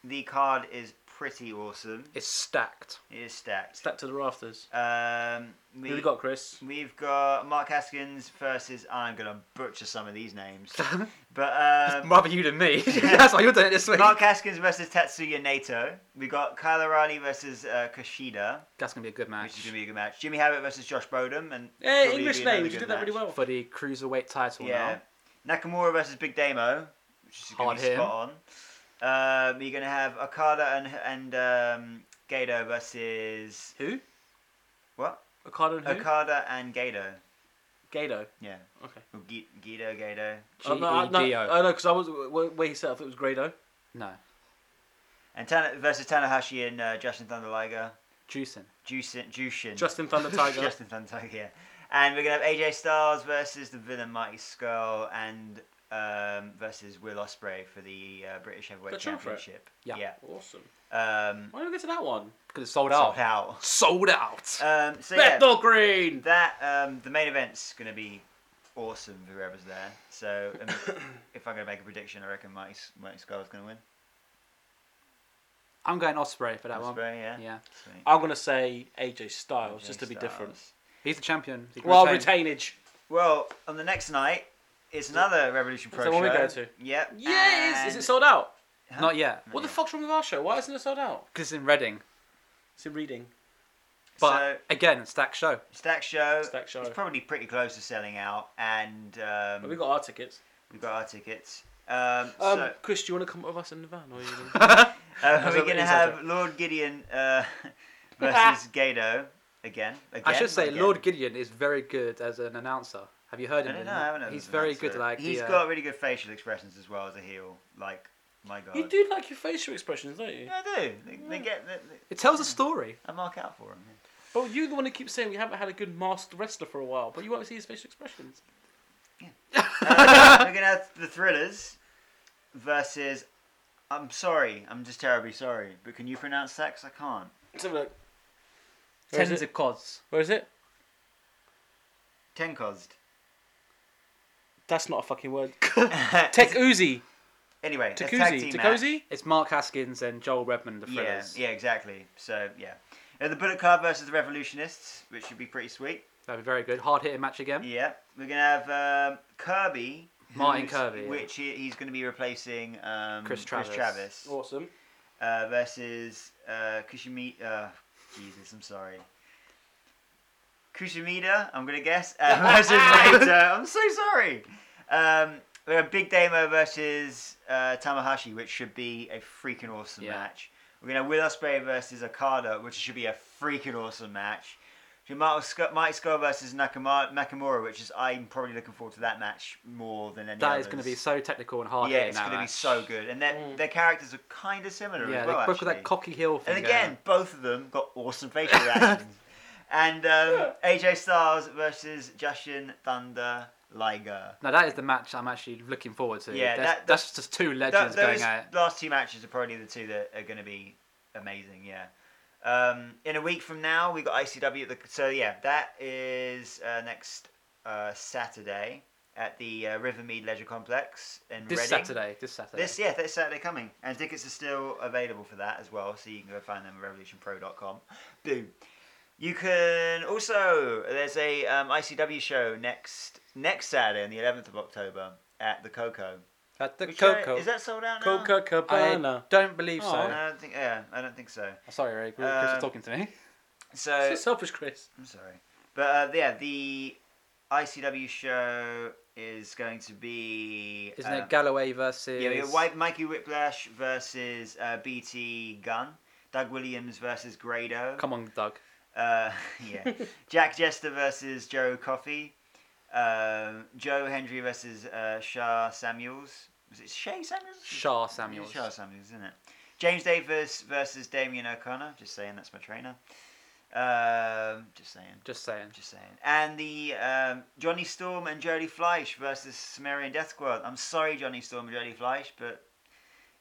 the card is pretty awesome.
It's stacked.
It is stacked.
Stacked to the rafters.
Um,
Who
we,
Who we got, Chris?
We've got Mark Haskins versus. I'm gonna butcher some of these names, but um,
Rather you than me. That's why you're doing it this week.
Mark Haskins versus Tatsuya Naito. We got Kyle O'Reilly versus uh, Kushida,
That's gonna be a good
which is
match
gonna be a good match. Jimmy Havoc versus Josh Bodum, and
Hey,
probably
English
be another
names. You
good
did that really
match.
well.
for the cruiserweight title
Yeah, Nakamura versus Big Damo, which is gonna
Hard
be
hit.
spot on. Um, you're gonna have Okada and and um, Gato versus
Who?
What?
Okada and who?
Okada and Gato.
Gato.
Yeah.
Okay.
Or Gu- Guido Gato.
now.
Oh, no, I- no,
GEDO.
oh, no, because I was wh- where he said I thought it was Grado.
No,
And Tana- versus Tanahashi and uh, Justin Thunder Liger.
Juicing.
Jushin. Jushin.
Justin Thunder Tiger.
Justin Thunder Liger, yeah. And we're going to have AJ Styles versus the villain Mighty Skull and um, versus Will Ospreay for the uh, British Heavyweight
Got you for it.
Championship.
Yeah.
Awesome.
Yeah. Um,
Why don't we get to that one?
Because it's sold out.
sold out.
Sold out.
Um, so yeah,
Bethel Green.
that um, the main event's going to be awesome for whoever's there. So um, if I'm going to make a prediction, I reckon Mighty, S- Mighty Skull's going to win.
I'm going Osprey for that
Ospreay, yeah.
one. Yeah,
Sweet.
I'm gonna say AJ Styles Oh, just to be
Styles.
different.
he's the champion. He can
Well,
retain.
retainage.
Well, on the next night, it's another Revolution
Is
Pro
that what
show.
we go to?
Yep.
Yeah, it is. Is
and-
it sold out?
Huh?
Not yet,
What the
yeah.
fuck's wrong with our show? Why isn't it sold out?
because it's in Reading.
It's in reading.
But
So-
again, it's stacked show.
Stack show.
Stack show.
It's probably pretty close to selling out, and
But
um,
we got our tickets.
we've got our tickets. Um,
Um,
so
Chris, do you want to come with us in the van? Or are you gonna...
uh,
so
we're going to
it's
have
okay.
Lord Gideon uh, versus Gato again. Again.
I should say
again.
Lord Gideon is very good as an announcer. Have you heard
I
him?
don't know. I haven't heard
He's
of
very
that,
good.
so-
at, Like
he's
the, uh,
got really good facial expressions as well as a heel. Like my god.
you do like your facial expressions, don't you?
Yeah, I do. They, they get. They, they-
It tells a story.
I mark out for them. yeah.
But you're the one who keeps saying we haven't had a good masked wrestler for a while. But you want to see his facial expressions.
Uh, we're gonna have the thrillers versus. I'm sorry. I'm just terribly sorry. But can you pronounce that? 'Cause I can't.
Let's have a look. Where is
Tens
it?
of Cods.
Where is it?
Tencozd.
That's not a fucking word. Tech Uzi.
anyway, a tag
Takuzi.
team
Takuzi?
It's Mark Haskins and Joel Redman, the
match. Yeah,
thrillers.
yeah, exactly. So yeah, Uh, the Bullet Club versus the Revolutionists, which should be pretty sweet.
That'd be very good. Hard hitting match again.
Yeah, we're gonna have um, Kirby.
Martin
who's-
Kirby, yeah.
which he, he's going to be replacing um,
Chris Travis.
Travis,
Awesome.
uh, versus uh, Kushimi. Uh, Jesus, I'm sorry. Kushimida, I'm gonna guess. Uh, versus Naito. I'm so sorry. Um, we have Big Damo versus uh, Tamahashi, which should be a freaking awesome
Yeah.
match. We're gonna have Will Ospreay versus Okada, which should be a freaking awesome match. Mighty Skull, Mighty Skull versus Nakama- Nakamura, which is I'm probably looking forward to that match more than any.
That is going
others.
to be so technical and hard
Yeah,
hitting.
it's going to be so good, and their
Mm.
their characters are kind of similar
Yeah,
as well.
they both got
actually.
that cocky heel thing.
And
going
again, both of them got awesome facial reactions. and um, AJ Styles versus Jushin Thunder Liger.
Now that is the match I'm actually looking forward to. Yeah,
Yeah,
that's,
that-
that's just two
Th-
legends
those
going at it.
last two matches are probably the two that are going to be amazing. Yeah. Um, in a week from now, we got ICW. At the, so yeah, that is uh, next uh, Saturday at the uh, Rivermead Leisure Complex in
This
Reading.
Saturday, this Saturday.
This yeah, this Saturday coming, and tickets are still available for that as well. So you can go find them at revolutionpro.com. Boom. You can also there's a um, ICW show next next Saturday on the 11th of October at the Coco.
at the
Which, uh,
Coco.
is that sold out now?
Coca
I
Cabana.
don't believe so. Oh,
Oh.
I don't think. Yeah, I don't think so.
Sorry, Eric. Chris was
Um,
talking to me.
So
so selfish, Chris.
I'm sorry, but uh, yeah, the ICW show is going to be
Isn't
um,
it Galloway versus?
Yeah, we got White Mikey Whiplash versus uh, BT Gunn. Doug Williams versus Grado.
Come on, Doug.
Uh, yeah. Jack Jester versus Joe Coffey. Um, Joe Hendry versus uh, Shah Samuels. Was it Shay Samuels?
Shah
It's
Samuels.
Shah Samuels, isn't it? James Davis versus Damien O'Connor. Just saying, that's my trainer. Um, just saying.
Just saying.
Just saying. And the um, Johnny Storm and Jody Fleisch versus Sumerian Death Squad. I'm sorry, Johnny Storm and Jody Fleisch, but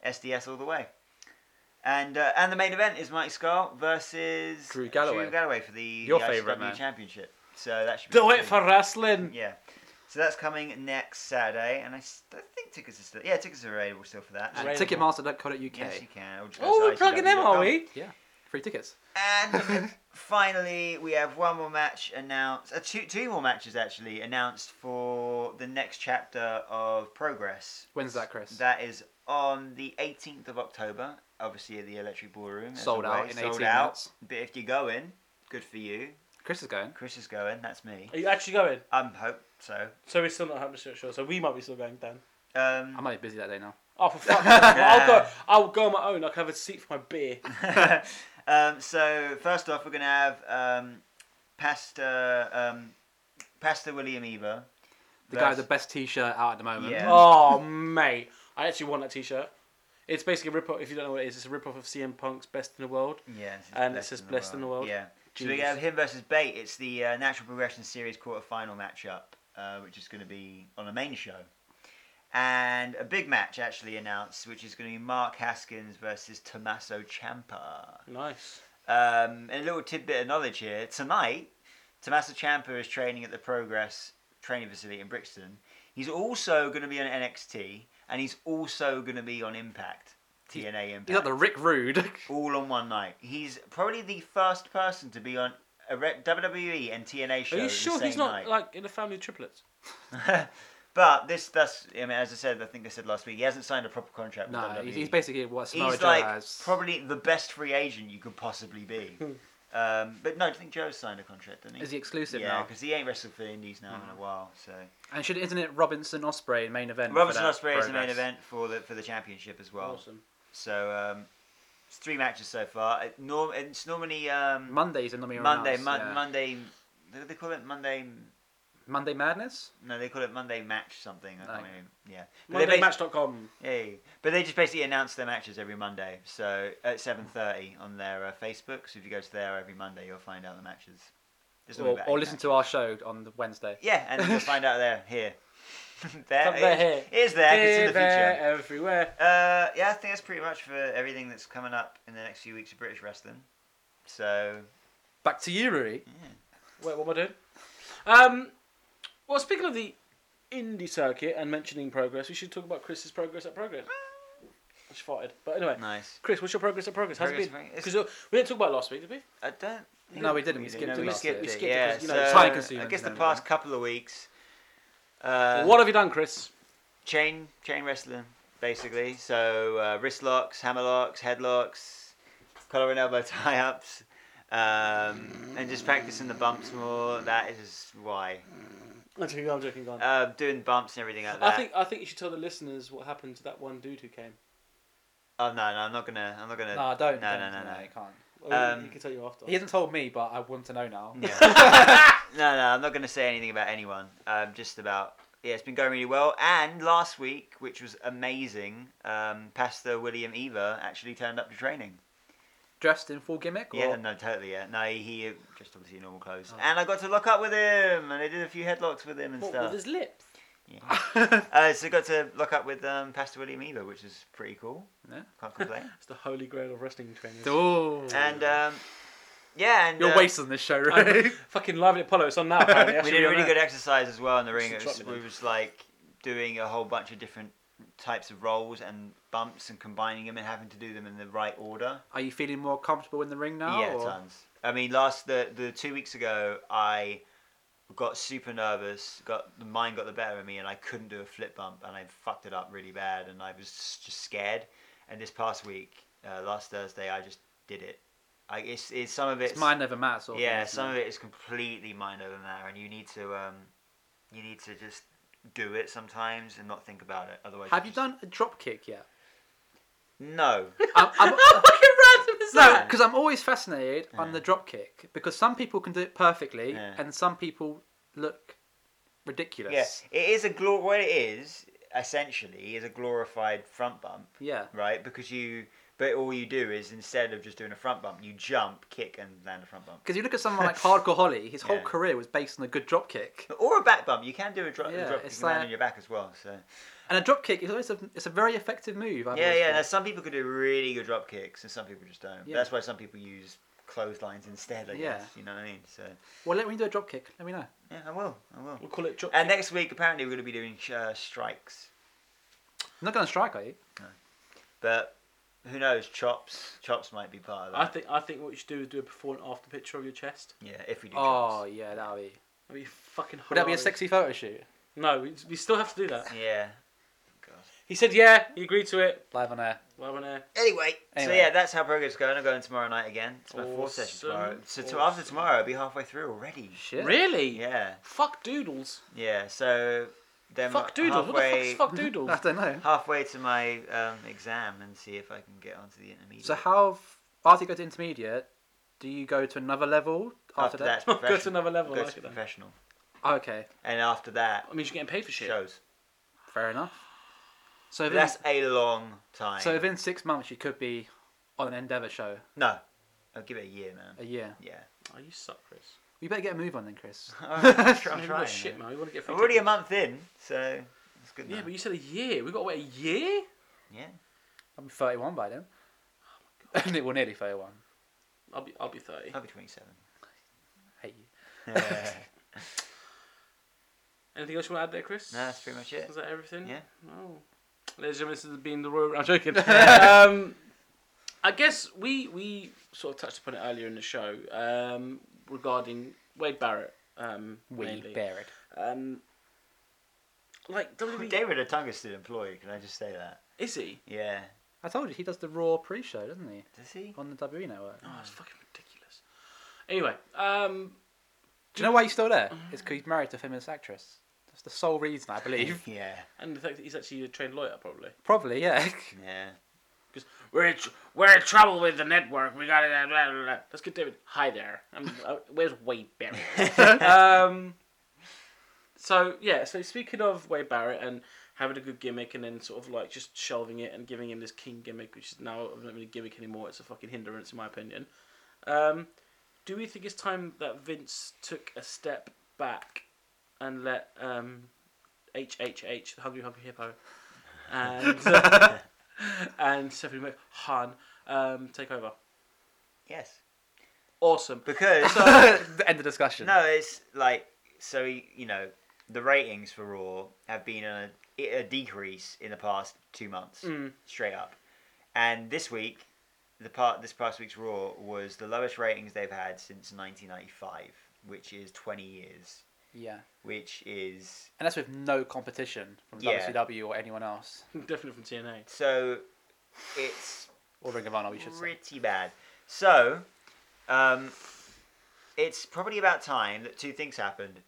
SDS all the way. And uh, and the main event is Mike Scott versus
Drew Galloway.
Drew Galloway for the
Your
the
favourite
ICW
man.
championship. So that should be
Do it
good.
for wrestling.
yeah. So that's coming next Saturday, and I, s- I think tickets are still yeah tickets are available still for that.
And
Right.
Ticketmaster.co.uk.
Yes, you can. or just go
Oh,
to
we're plugging them, are
ICW.com.
we?
Yeah, free tickets.
And finally, we have one more match announced. Uh, two, two more matches actually announced for the next chapter of Progress.
When's that, Chris?
That is on the 18th of October, obviously at the Electric Ballroom. as
Sold out
always,
in
sold
18
out.
minutes.
But if you're going, good for you.
Chris is going.
Chris is going. That's me.
Are you actually going?
I'm hope so.
So we're still not 100% sure. So we might be still going, Dan.
I
Um,
might be busy that day now.
Oh, for fuck's sake. I'll go. I'll go on my own. I can have a seat for my beer.
um, so first off, we're gonna have um, Pastor um, Pastor William Eber.
The guy with the
versus-
best T-shirt out at the moment.
Yeah.
Oh, mate. I actually want that T-shirt. It's basically a rip-off, if you don't know what it is, it's a rip-off of CM Punk's Best in the World.
Yeah, it's
And it says Blessed in the World.
Yeah. So we
Genius.
have him versus Bate. It's the uh, Natural Progression Series quarterfinal matchup, uh, which is going to be on the main show. And a big match actually announced, which is going to be Mark Haskins versus Tommaso Ciampa.
Nice.
Um, and a little tidbit of knowledge here tonight, Tommaso Ciampa is training at the Progress training facility in Brixton. He's also going to be on NXT, and he's also going to be on Impact, TNA Impact
He's like the Rick Rude.
all on one night. He's probably the first person to be on a re- WWE and TNA show.
Are
in
you sure
the same
he's not
night.
like in a family of triplets?
but this, that's. I mean, as I said, I think I said last week, he hasn't signed a proper contract.
no,
with WWE.
he's, he's basically what
He's
Samoa Joe
like
has.
probably the best free agent you could possibly be. um, but no, I think Joe's signed a contract, doesn't he?
Is he exclusive
yeah,
now? Hmm.
because he ain't wrestled for the Indies now in a while. So
And should isn't it Robinson Osprey main event? for
Robinson
that
Ospreay is the main
progress?
event for the for the championship as well.
Awesome.
So um, it's three matches so far. It norm- it's normally um,
Mondays in the main
Monday,
event,
mon-
yeah.
Monday. They call it Monday.
Monday Madness.
No, they call it Monday match something. I can't
Like-
remember. Yeah. But they, basi-
MondayMatch.com.
yeah, but they just basically announce their matches every Monday. So at seven thirty on their uh, Facebook. So if you go to there every Monday, you'll find out the matches. There's
Or,
normally about
or
eight
listen
matches.
to our show on the Wednesday.
Yeah, and you'll find out there here. there,
Up there,
it-
here.
It is there. 'cause it's in the
Here, there,
future.
everywhere.
Uh, yeah, I think that's pretty much for everything that's coming up in the next few weeks of British wrestling. So
Back to you, Rui.
Wait, what am I doing? Um, well, speaking of the indie circuit and mentioning progress, we should talk about Chris's progress at progress.
Ah.
I just farted. But anyway,
nice.
Chris, what's your progress at progress? How's
Progress
it
at
been?
Progress-
Because we didn't talk about it last week, did we?
I don't.
No, we didn't. We skipped
didn't.
it
We
last
skipped
week.
We
it.
skipped it
Yeah,
'cause, you know,
so
it's
time
I
consuming
guess the
and
past couple of weeks, uh,
what have you done, Chris?
chain chain wrestling basically. So uh, wrist locks, hammer locks, headlocks, collar and elbow tie ups, um, and just practicing the bumps more. That is why
I'm joking, I'm joking, go on.
uh, doing bumps and everything like
I
that.
think I think you should tell the listeners what happened to that one dude who came.
Oh no, no, I'm not gonna. I'm not gonna.
No, don't.
No, no,
don't,
no, no.
You can't.
Oh,
Um,
he can tell you after.
He hasn't told me, but I want to know now.
Yeah. no, no, I'm not going to say anything about anyone. Um, just about yeah, it's been going really well. And last week, which was amazing, um, Pastor William Eva actually turned up to training.
Dressed in full gimmick. Or...
Yeah, no, totally. Yeah, no, he, he just obviously normal clothes.
Oh.
And I got to lock up with him, and I did a few headlocks with him and
what, with
stuff.
his lips?
Uh, so I got to lock up with um, Pastor William Eva, which is pretty cool.
Yeah.
Can't complain.
It's the holy grail of wrestling training.
Oh.
and um, yeah, and
You're
uh,
wasting this show,
I'm
Rui.
fucking live at Apollo. It's on now. Apparently. I
Oh, we
should
did
be
a
on
really
that.
good exercise as well in the ring.
Just
It was,
drop it
we
then.
was like doing a whole bunch of different types of rolls and bumps and combining them and having to do them in the right order.
Are you feeling more comfortable in the ring now?
yeah,
or-
tons. I mean, last the the two weeks ago, I got super nervous. Got the mind got the better of me, and I couldn't do a flip bump, and I fucked it up really bad, and I was just scared. And this past week, uh, last Thursday, I just did it. I, it's, it's some of it's,
It's mine never matters. Sort of
yeah,
thing, isn't
some of
it?
it is completely mind over matter, and you need to um, you need to just do it sometimes and not think about it. Otherwise,
Have you
just-
done a drop kick yet?
No,
I'm, I'm,
How fucking random is
no,
that?
because I'm always fascinated on the drop kick because some people can do it perfectly
Yeah.
and some people look ridiculous.
yes, it is a glor. What it is essentially is a glorified front bump,
Yeah.
right? Because you, but all you do is instead of just doing a front bump, you jump, kick, and land a front bump,
Because you look at someone like Hardcore Holly, his whole
Yeah.
career was based on a good drop kick.
or a back bump. You can do a drop,
Yeah,
a drop
it's
you can land
like-
on your back as well. So
And a drop kick is always a, it's a very effective move. I've
yeah,
always
yeah.
thought.
Now some people can do really good drop kicks, and some people just don't.
Yeah.
That's why some people use clotheslines instead. I
Yeah.
guess you know what I mean. So
Well, let me do a drop kick. Let me know.
yeah, I will. I will.
We'll call it drop.
And next week, apparently, we're going to be doing uh, strikes,
I'm not going to strike, are you?
but who knows? Chops, chops might be part of that.
I think I think what you should do is do a before and after picture of your chest.
yeah, if we do
Oh, yeah, that'll be.
That'd be fucking.
Would that be a
hilarious.
sexy photo shoot?
No, we, we still have to do that.
chops. Yeah. God.
He said yeah. He agreed to it.
Live on air.
Live on air.
Anyway, so
Anyway.
yeah, that's how program's going. I'm going tomorrow night again. It's my fourth session
Awesome,
tomorrow. So to- after
awesome.
tomorrow, I'll be halfway through already.
Shit.
Really?
Yeah,
Fuck doodles.
yeah. So then
fuck
I'm
doodles. What the fuck's
halfway,
fuck doodles?
I don't know.
halfway to my um, exam and see if I can get onto the intermediate.
So, how. f- After you go to intermediate, do you go to another level after, that? Oh,
that's
Go to
professional.
another level. I
Go
like
to
it then.
professional.
okay,
And after that,
I mean, you're getting paid for shit.
shows.
fair enough. So, within,
That's a long time.
so within six months, you could be on an Endeavour show
no, I'll give it a year, man.
a year.
Yeah.
Oh, you suck, Chris.
You better get a move on then, Chris.
I'm
You're
trying.
shit, man. We want to get.
I'm
free
already a
tickets.
month in, so it's good.
Yeah,
now.
but you said a year. We got to wait a year.
yeah.
I'm 31 by then. well, nearly 31.
I'll be I'll be thirty.
I'll be 27.
Hate you.
Yeah.
Anything else you want to add there, Chris?
No, that's pretty much it.
Is that everything?
Yeah.
No. Ladies and gentlemen, this has been the Royal. I'm joking. um, I guess we we sort of touched upon it earlier in the show um, regarding Wade Barrett. Um,
We
mainly.
bear it.
Um, like WWE,
David Otunga's still employed, can I just say that?
is he?
Yeah.
I told you, he does the Raw pre show, doesn't he?
Does he?
On the WWE network.
Oh, it's fucking ridiculous. Anyway, um,
Do you know why he's still there? It's because he's married to a feminist actress. That's the sole reason, I believe.
Yeah.
and the fact that he's actually a trained lawyer, probably.
Probably, yeah.
Yeah.
Because we're in tr- we're in trouble with the network. We got to blah, blah, blah. Let's get David. Hi there. I'm, uh, where's Wade Barrett? um. So yeah. So speaking of Wade Barrett and having a good gimmick and then sort of like just shelving it and giving him this king gimmick, which is now not really a gimmick anymore. It's a fucking hindrance in my opinion. Um, do we think it's time that Vince took a step back and let um, HHH, the Hungry Hungry Hippo, and uh, and Stephanie McMahon um, take over?
Yes.
Awesome.
Because,
End of discussion.
no, it's like, so, he- you know, the ratings for Raw have been on a, a decrease in the past two months,
Mm.
straight up. And this week, the part this past week's Raw was the lowest ratings they've had since 1995, which is 20 years,
Yeah.
which is
And that's with no competition from
Yeah.
WCW or anyone else.
Definitely from TNA.
so it's
Or Ring of Honor, we should say.
pretty bad. So, um, it's probably about time that two things happened.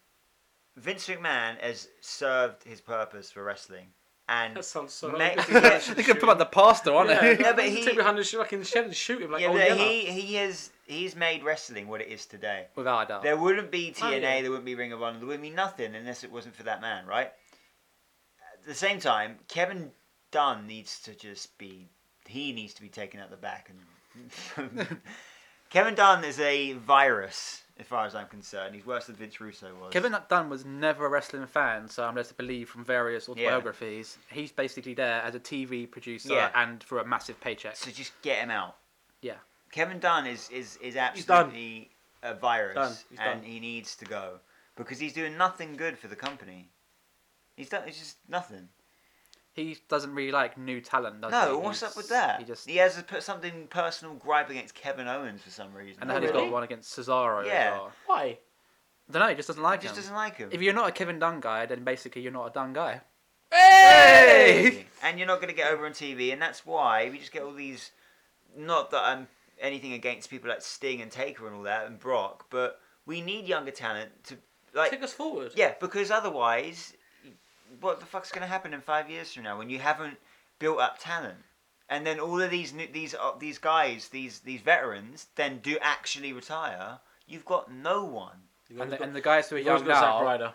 Vince McMahon has served his purpose for wrestling, and
That sounds so.
Ma-
you can put like the pastor on
yeah,
it.
No, but
but he
he-
take behind the shoot. I can shed and shoot him like oh,
yeah,
old
but
Yeller.
he he has he's made wrestling what it is today.
Without a doubt.
There wouldn't be
Oh,
TNA,
yeah.
there wouldn't be Ring of Honor, there wouldn't be nothing unless it wasn't for that man, right? At the same time, Kevin Dunn needs to just be he needs to be taken out the back and Kevin Dunn is a virus, as far as I'm concerned. He's worse than Vince Russo was.
Kevin Dunn was never a wrestling fan, so I'm led to believe from various autobiographies. He's basically there as a TV producer
Yeah.
and for a massive paycheck.
So just get him out.
Yeah.
Kevin Dunn is is is
done.
absolutely a virus,
Done. He's
and
done.
he needs to go because he's doing nothing good for the company. He's done. It's just nothing.
He doesn't really like new talent, does he?
No, what's
He's-
up with that?
He just
he has a, put something personal gripe against Kevin Owens for some reason.
and
Oh,
then he's
really?
got one against Cesaro.
Yeah.
As well.
Why?
I don't know. He just doesn't like
He just
him.
doesn't like him.
If you're not a Kevin Dunn guy, then basically you're not a Dunn guy.
Hey! and you're not going to get over on TV, and that's why we just get all these. Not that I'm anything against people like Sting and Taker and all that and Brock, but we need younger talent to like
Take us forward.
Yeah, because otherwise, what the fuck's going to happen in five years from now when you haven't built up talent? And then all of these new, these uh, these guys, these these veterans, then do actually retire. You've got no one.
You've
And
always
the,
got-
and the guys who are
you've always
young
got Zack
now,
Ryder.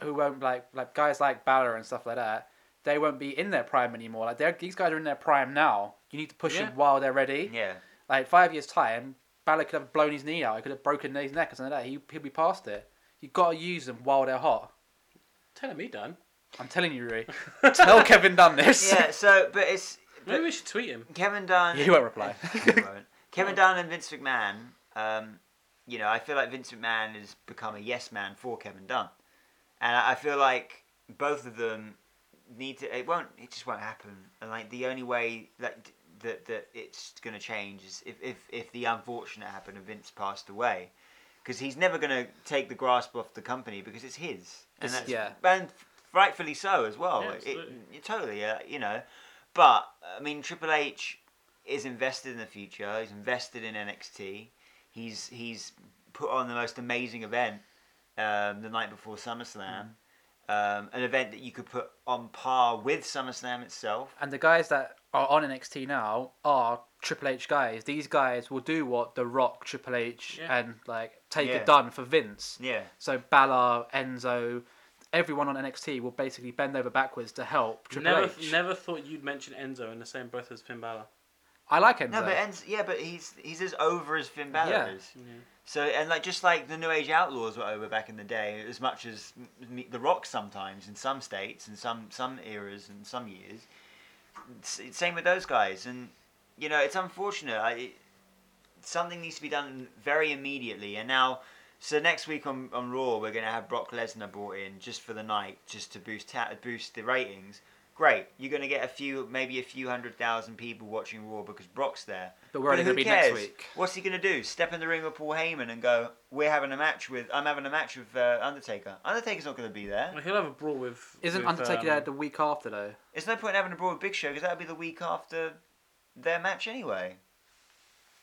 who won't like like guys like Balor and stuff like that, they won't be in their prime anymore. Like they're- these guys are in their prime now. You need to push
Yeah.
them while they're ready.
Yeah,
Like five years time, Balor could have blown his knee out. He could have broken his neck or something like that. He he'll be past it. You have got to use them while they're hot.
Telling me, Dan.
I'm telling you, Rui. Tell Kevin Dunn this.
yeah. So, but it's
Maybe we should tweet him.
Kevin Dunn.
He won't reply.
He won't. Kevin Dunn and Vince McMahon. Um, you know, I feel like Vince McMahon has become a yes man for Kevin Dunn, and I, I feel like both of them need to. It won't. It just won't happen. And like the only way that d- that that it's gonna change is if if if the unfortunate happened and Vince passed away. Because he's never going to take the grasp off the company because it's his, and
It's-
that's,
yeah.
and rightfully so as well.
Yeah,
Oh, It-
absolutely.
it, totally, uh, you know. But I mean, Triple H is invested in the future. He's invested in NXT. He's he's put on the most amazing event um, the night before
Mm.
SummerSlam, um, an event that you could put on par with SummerSlam itself.
And the guys that are on NXT now are Triple H guys. These guys will do what The Rock, Triple H,
Yeah.
and like Taker
Yeah.
done for Vince.
Yeah,
So Balor, Enzo, everyone on NXT will basically bend over backwards to help Triple
never,
H.
never thought you'd mention Enzo in the same breath as Finn Balor.
I like Enzo.
no, but Enz, yeah, but he's he's as over as Finn Balor
Yeah.
is.
Yeah.
So and like just like the New Age Outlaws were over back in the day, as much as m- m- the Rock sometimes in some states and some some eras and some years. S- same with those guys, and you know it's unfortunate. I, it, something needs to be done very immediately, and now. So next week on, on Raw, we're going to have Brock Lesnar brought in just for the night, just to boost ta- boost the ratings. Great, you're going to get a few, maybe a few hundred thousand people watching Raw because Brock's there.
But we're only
But
going
who
to be next
cares?
week.
What's he gonna do? Step in the ring with Paul Heyman and go, "We're having a match with. I'm having a match with uh, Undertaker. Undertaker's not gonna be there.
Well, he'll have a brawl with.
Isn't
with,
Undertaker
um,
there the week after though?
There's no point in having a brawl with Big Show because that'll be the week after their match anyway.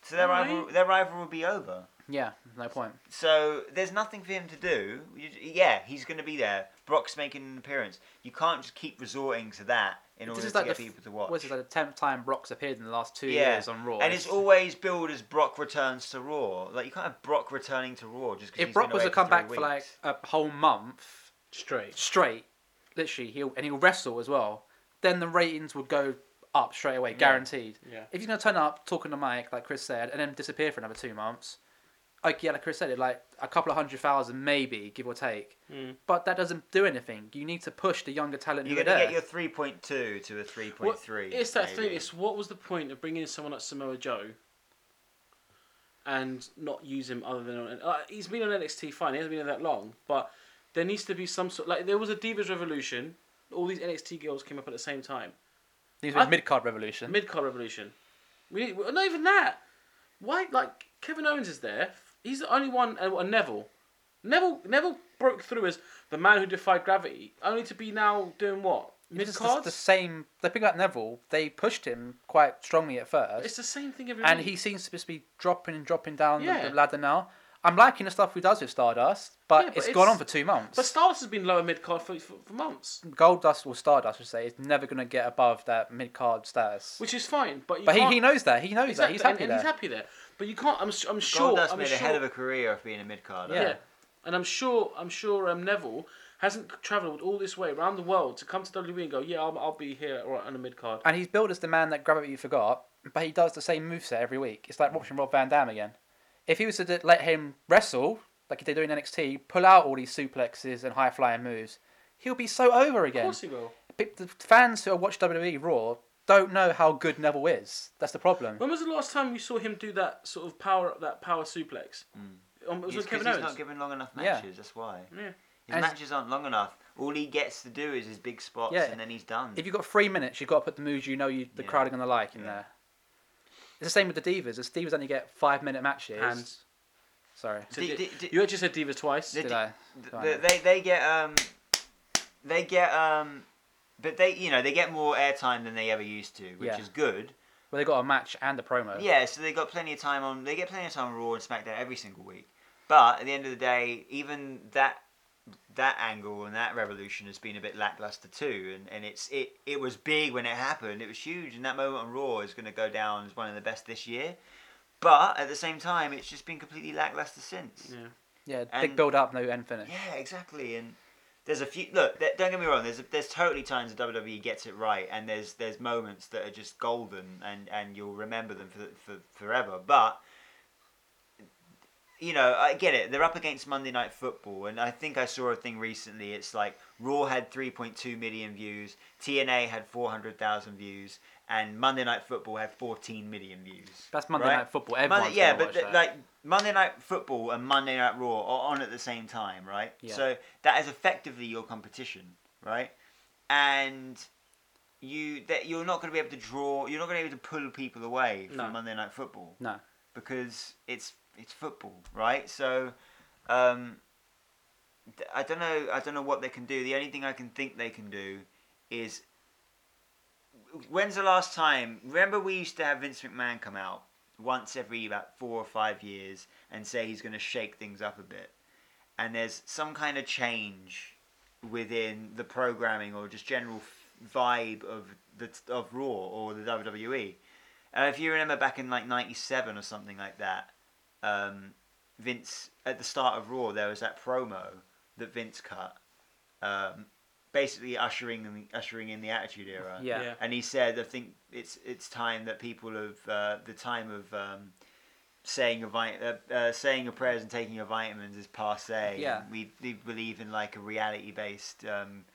So their
Right.
rival, their rival will be over.
Yeah, no point.
So there's nothing for him to do. You, yeah, he's gonna be there. Brock's making an appearance. You can't just keep resorting to that in order
This is
to
like
get
the f-
people to watch.
What is this, like the tenth time Brock's appeared in the last two
Yeah,
years on Raw?
and it's always billed as Brock returns to Raw. Like you can't have Brock returning to Raw just because
if Brock was to come back for like a whole month
straight.
straight, literally, he'll and he'll wrestle as well. Then the ratings would go up straight away, guaranteed.
Yeah.
If he's gonna turn up, talk on the mic like Chris said, and then disappear for another two months, like yeah, like Chris said, it like a couple of hundred thousand maybe, give or take.
Mm.
But that doesn't do anything. You need to push the younger talent
You're
who are
going to
there.
get your 3.2 to a 3.3.
What- It's that thing.
maybe.
It's what was the point of bringing in someone like Samoa Joe and not use him other than on? Uh, he's been on NXT fine. He hasn't been there that long, but there needs to be some sort. Like there was a Divas Revolution. All these NXT girls came up at the same time.
These
I-
were mid card revolution.
Mid card Revolution. We we- not even that. Why like Kevin Owens is there? He's the only one. And uh, Neville. Neville Neville broke through as the man who defied gravity, only to be now doing what mid
It's just
cards.
the same. They pick up Neville. They pushed him quite strongly at first,
It's the same thing every
and
week.
he seems to just be dropping and dropping down the-
Mm. Yeah.
the ladder now. I'm liking the stuff he does with Stardust, but,
Yeah, but
it's
it's-
gone on for two months.
But Stardust has been lower mid card for, for, for months,
Gold Dust or Stardust, I should say, is never going to get above that mid card status.
which is fine. But you
but he,
can't,
he knows that. He knows
exactly,
that. He's happy
and,
there.
and he's happy there. But you can't. I'm s- I'm sure.
Goldust
I'm
made
sure,
a hell of a career of being a mid carder.
yeah.
Yeah.
And I'm sure. I'm sure. Um, Neville hasn't travelled all this way around the world to come to WWE and go. Yeah, I'll, I'll be here or on a mid card.
And he's billed as the man that Gravity Forgot, but he does the same moveset every week. It's like watching Rob Van Dam again. If he was to d- let him wrestle, like they do in NXT, pull out all these suplexes and high flying moves, he'll be so over
Of
again.
course he will.
Pe- The fans who watch WWE E Raw don't know how good Neville is. That's the problem.
When was the last time you saw him do that sort of power up that power suplex? Um, it was
It's
with
'cause
Kevin
Mm. he's
Owens.
not given long enough
Yeah.
matches. That's why
yeah.
his
And-
matches aren't long enough. All he gets to do is his big spots,
Yeah.
and then he's done.
If you've got three minutes, you've got to put the moves you know you, the
Yeah.
crowd are going to like in
Yeah.
there. It's the same with the Divas. The Divas only get five minute matches.
Hands.
Sorry.
So di-
Di- di- di-
you actually said Divas twice.
Di-
Did I?
Th-
Go on
th-
then.
they they get um they get um but they you know they get more airtime than they ever used to, which
Yeah. Uh,
is good.
Well, they got a match and a promo.
Yeah, so they got plenty of time on. They get plenty of time on Raw and SmackDown every single week. But at the end of the day, even that that angle and that revolution has been a bit lackluster too. And, and it's it it was big when it happened. It was huge, and that moment on Raw is going to go down as one of the best this year. But at the same time, it's just been completely lackluster since.
yeah.
Yeah,
And-
big build up, no end finish.
Yeah, exactly. And there's a few. Look, th- don't get me wrong. There's there's totally times that WWE gets E it right, and there's there's moments that are just golden, and and you'll remember them for for forever. But you know, I get it. They're up against Monday Night Football, and I think I saw a thing recently. It's like Raw had 3.2 million views, TNA had 400,000 views, and Monday Night Football had 14 million views.
That's Monday
right?
Night Football. Everyone's
Monday, yeah,
gonna
but
watch
th-
that.
like Monday Night Football and Monday Night Raw are on at the same time, right?
Yeah.
So that is effectively your competition, right? And you that you're not going to be able to draw. You're not going to be able to pull people away from
No.
Monday Night Football
no,
because it's it's football, right? So, um, th- I don't know. I don't know what they can do. The only thing I can think they can do is. When's the last time? Remember, we used to have Vince McMahon come out once every about four or five years and say he's going to shake things up a bit, and there's some kind of change within the programming or just general f- vibe of the of Raw or the WWE. Uh, if you remember back in like '97 or something like that, um, Vince at the start of Raw there was that promo that Vince cut, um, basically ushering ushering in the Attitude Era.
Yeah.
Yeah.
And he said, I think it's it's time that people of uh, the time of um, saying a vit- uh, uh, saying your prayers and taking your vitamins is passe.
Yeah.
We, we believe in like a reality based. Um,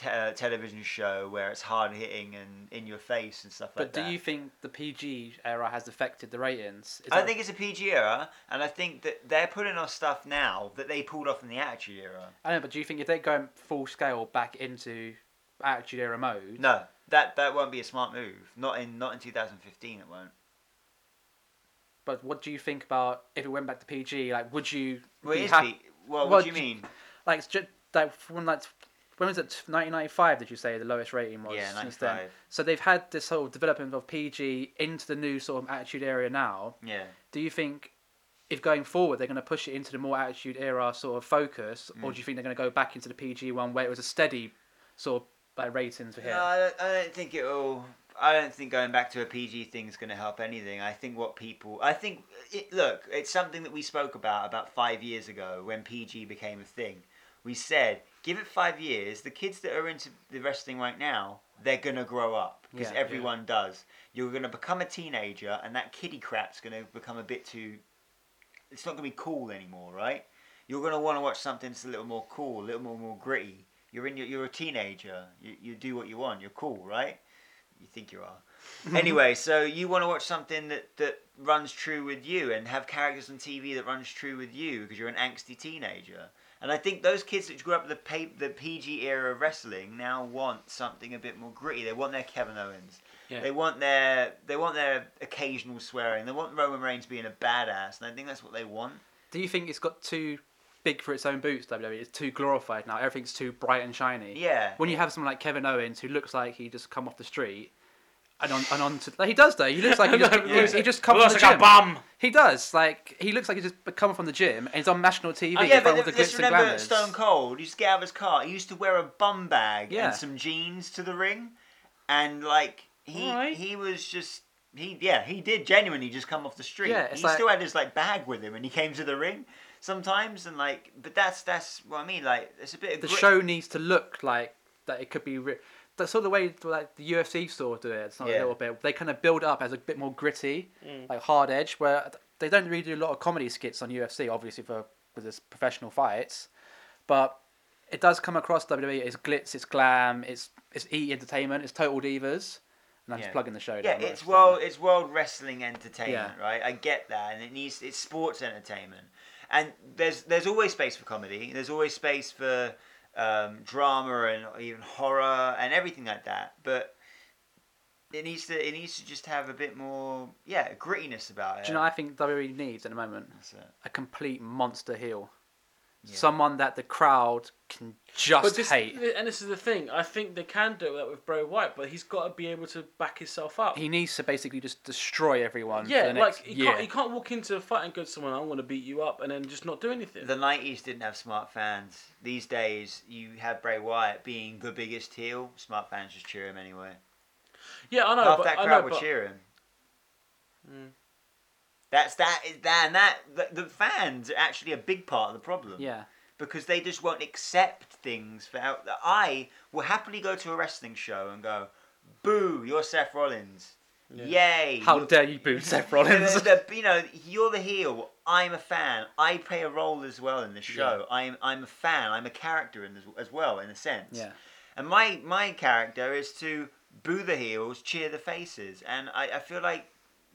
Te- uh, television show where it's hard hitting and in your face and stuff like
but
that.
do you think the PG era has affected the ratings? Is
I
that-
think it's a PG era, and I think that they're putting off stuff now that they pulled off in the Attitude era.
I don't know, but do you think if they're going full scale back into Attitude Era mode?
No, that that won't be a smart move. Not in not in 2015, it won't.
But what do you think about if it went back to PG? Like, would you
Well, it
be
is
hap-
P- well,
Well,
what do you
d-
mean?
like it's just like from like when was it 1995 did you say the lowest rating was
Yeah,
since then
95.
so they've had this whole development of pg into the new sort of attitude area now
Yeah.
do you think if going forward they're going to push it into the more attitude era sort of focus
Mm.
or do you think they're going to go back into the pg one where it was a steady sort of like ratings for here
No, I don't, I don't think it will. I don't think going back to a PG thing is going to help anything. I think what people, I think, it, look, it's something that we spoke about about five years ago when PG became a thing. We said, give it five years. The kids that are into the wrestling right now, they're gonna grow up because
Yeah, yeah.
everyone does. You're gonna become a teenager, and that kiddie crap's gonna become a bit too. It's not gonna be cool anymore, right? You're gonna want to watch something that's a little more cool, a little more more gritty. You're in your, you're a teenager. You, you do what you want. You're cool, right? You think you are. anyway, so you want to watch something that that runs true with you and have characters on TV that runs true with you because you're an angsty teenager. And I think those kids that grew up with the pa- the PG era of wrestling now want something a bit more gritty. They want their Kevin Owens.
Yeah.
They want their they want their occasional swearing. They want Roman Reigns being a badass, and I think that's what they want.
do you think it's got too big for its own boots wwe it's too glorified now everything's too bright and shiny
Yeah.
when you have someone like Kevin Owens who looks like he just come off the street and on and on to like, he does though he looks like he just
No,
he, he just
it
come from
looks
the
like a
gym
bum.
he does like he looks like he just come from the gym and he's on national TV
Oh,
in
Uh, yeah,
front
but
of the
let's
glitz and
remember
glamours
Stone Cold. He used to get out of his car. He used to wear a bum bag
Yeah.
and some jeans to the ring, and like he
Alright.
he was just he yeah he did genuinely just come off the street.
Yeah, it's
he
like-
still had his like bag with him, and he came to the ring sometimes, and like but that's that's what I mean. Like it's a bit of
the
grit-
show needs to look like that it could be re- that's sort of the way like the UFC sort of do it it's not
Yeah. Mm.
a little bit they kind of build up as a bit more gritty like hard edge where they don't really do a lot of comedy skits on UFC obviously for because it's professional fights but it does come across WWE it's glitz it's glam it's it's E entertainment it's total divas and I'm
Yeah.
just plugging the show
Yeah,
down,
it's
right, so-
world it's world wrestling entertainment, right? I get that, and it needs it's sports entertainment, and there's there's always space for comedy. There's always space for um, drama and even horror and everything like that. But it needs to it needs to just have a bit more yeah grittiness about it.
do you know what I think WWE needs at the moment
That's it.
a complete monster heel
Yeah.
someone that the crowd can
But
just
this,
hate
and this is the thing. I think they can do that with Bray White, but he's got to be able to back himself up.
he needs to basically just destroy everyone. for
yeah,
the
like
next
he
year.
can't, he can't walk into a fight and go to someone, "I'm going to beat you up," and then just not do anything.
The nineties didn't have smart fans. These days, you have Bray Wyatt being the biggest heel. Smart fans just cheer him anyway.
yeah, I know.
half
but,
that
I
crowd
know,
were
but-
cheering.
Hmm.
Mm.
That's that is that and that the, the fans are actually a big part of the problem.
Yeah,
Because they just won't accept things for out that I will happily go to a wrestling show and go, Boo, you're Seth Rollins. Yay.
how
you're-
dare you boo Seth Rollins?
the- the- you know, you're the heel. I'm a fan. I play a role as well in the show. I'm I'm a fan. I'm a character in this as well in a sense.
Yeah.
And my my character is to boo the heels, cheer the faces, and I, I feel like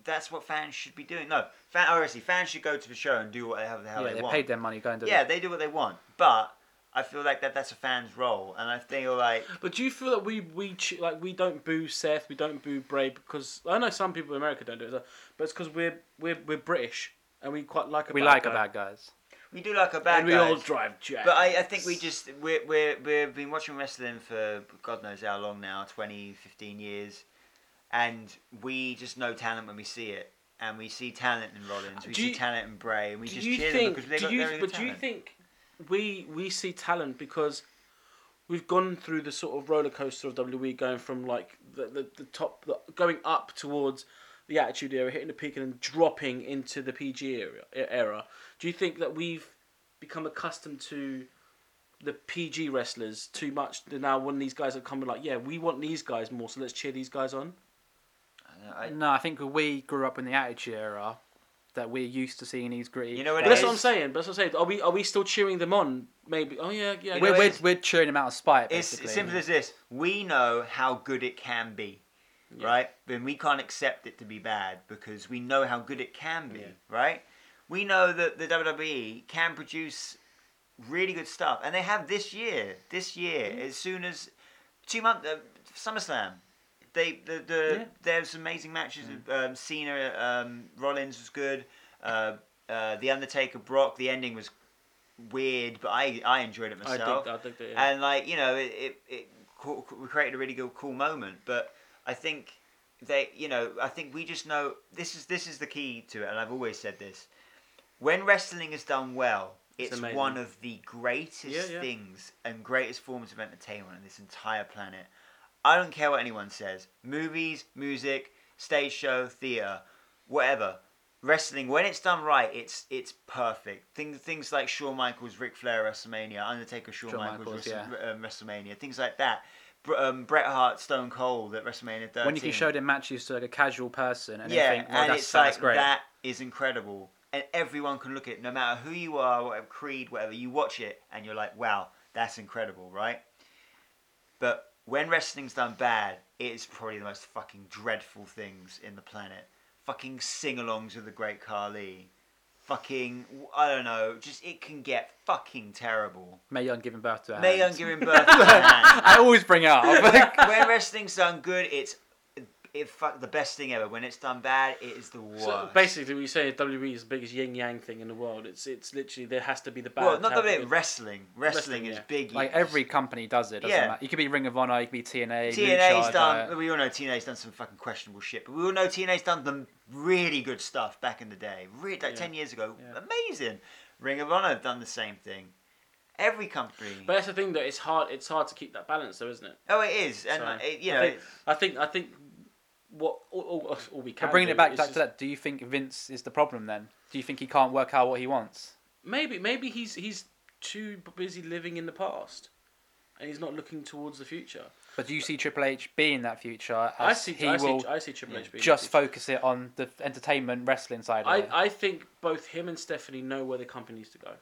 that's what fans should be doing. No, fan, honestly, fans should go to the show and do whatever the hell
yeah,
they,
they
want.
paid their money going to
yeah, they do what they want. But I feel like that that's a fan's role, and I feel like
But do you feel that we we ch- like we don't boo Seth, we don't boo Bray because I know some people in America don't do it, but it's because we're we're we're British and we quite like a
we
bad
like
guy.
our bad guys.
we do like a bad
and we
guys.
all drive jacks.
But I, I think we just we're, we're we've been watching wrestling for God knows how long now 20, 15 years, and we just know talent when we see it, and we see talent in Rollins, we
Do
see
you-
talent in Bray, and we
do
just
you
cheer
think?
them because they
do
got
you
very good
but do you
talent.
think we we see talent because we've gone through the sort of roller coaster of WWE going from like the the, the top the, going up towards the Attitude Era, hitting the peak and then dropping into the PG era, e, era. Do you think that we've become accustomed to the PG wrestlers too much? That now when these guys are coming, like yeah, we want these guys more, so let's cheer these guys on.
I,
No, I think we grew up in the Attitude Era, that we're used to seeing these gritty.
You know what
But that's
it
what I'm
is-
saying. But that's what I'm saying. Are we are we still cheering them on? Maybe. Oh yeah, yeah.
You know
We're,
what
we're,
it is?
we're cheering them out of spite.
it's
Basically.
as simple as this: we know how good it can be, right? Then we can't accept it to be bad because we know how good it can be,
Yeah.
right? We know that the WWE can produce really good stuff, and they have this year. This year, as soon as two months, uh, SummerSlam. They the, the
Yeah. Mm.
there's some amazing matches. Um, Cena, um, Rollins was good. Uh, uh, the Undertaker, Brock. The ending was weird, but I I enjoyed it
I
myself
think I think that. Yeah.
and like you know it it, it co- co- created a really good cool moment but i think they you know i think we just know this is this is the key to it and i've always said this when wrestling is done well
It's
it's
amazing.
one of the greatest
Yeah, yeah.
things and greatest forms of entertainment on this entire planet i don't care what anyone says movies music stage show theater whatever wrestling when it's done right it's it's perfect things things like Shawn Michaels Ric Flair WrestleMania Undertaker Shawn,
Shawn
Michaels,
Michaels,
Wrestle-
yeah.
um, WrestleMania things like that Br- um, Bret Hart Stone Cold at WrestleMania 13
when you can show them matches to like a casual person and
yeah
they think, well,
and
that's,
it's
that's
like
great.
that is incredible and everyone can look at it no matter who you are whatever creed whatever you watch it and you're like wow that's incredible right but when wrestling's done bad it is probably the most fucking dreadful things in the planet fucking sing-alongs with the great Carly fucking I don't know just it can get fucking terrible
May Young giving birth to a
May
hand.
Young giving birth to a hand
I always bring it up.
when wrestling's done good it's it, fuck the best thing ever when it's done bad it is the worst
So basically, we say WWE is the biggest yin yang thing in the world. It's it's literally there has to be the bad.
Well, not
to have
WWE,
the
wrestling.
good.
Wrestling,
Wrestling,
is
yeah.
big.
like
You-
every company does it. Doesn't
Yeah.
matter. You could be Ring of Honor. You could be TNA.
TNA's
Lucha,
done.
Diet.
We all know TNA's done some fucking questionable shit, but we all know TNA's done some really good stuff back in the day. Really, like
Yeah.
ten years ago,
Yeah.
amazing. Ring of Honor have done the same thing. Every company.
But that's the thing that it's hard. It's hard to keep that balance, though, isn't it?
oh, it is, and
So,
uh, it, you
I
know,
think,
it's-
I think I think what all, all, all we can
But bringing
do
it back,
is
back
just-
to that, do you think Vince is the problem then? Do you think he can't work out what he wants?
Maybe maybe he's he's too busy living in the past, and he's not looking towards the future.
But do you see Triple H being that future? As
I see.
he
I
will
see. I see Triple H being
just
the future.
focus it on the entertainment wrestling side.
I,
Because
I think both him and Stephanie know where the company needs to go.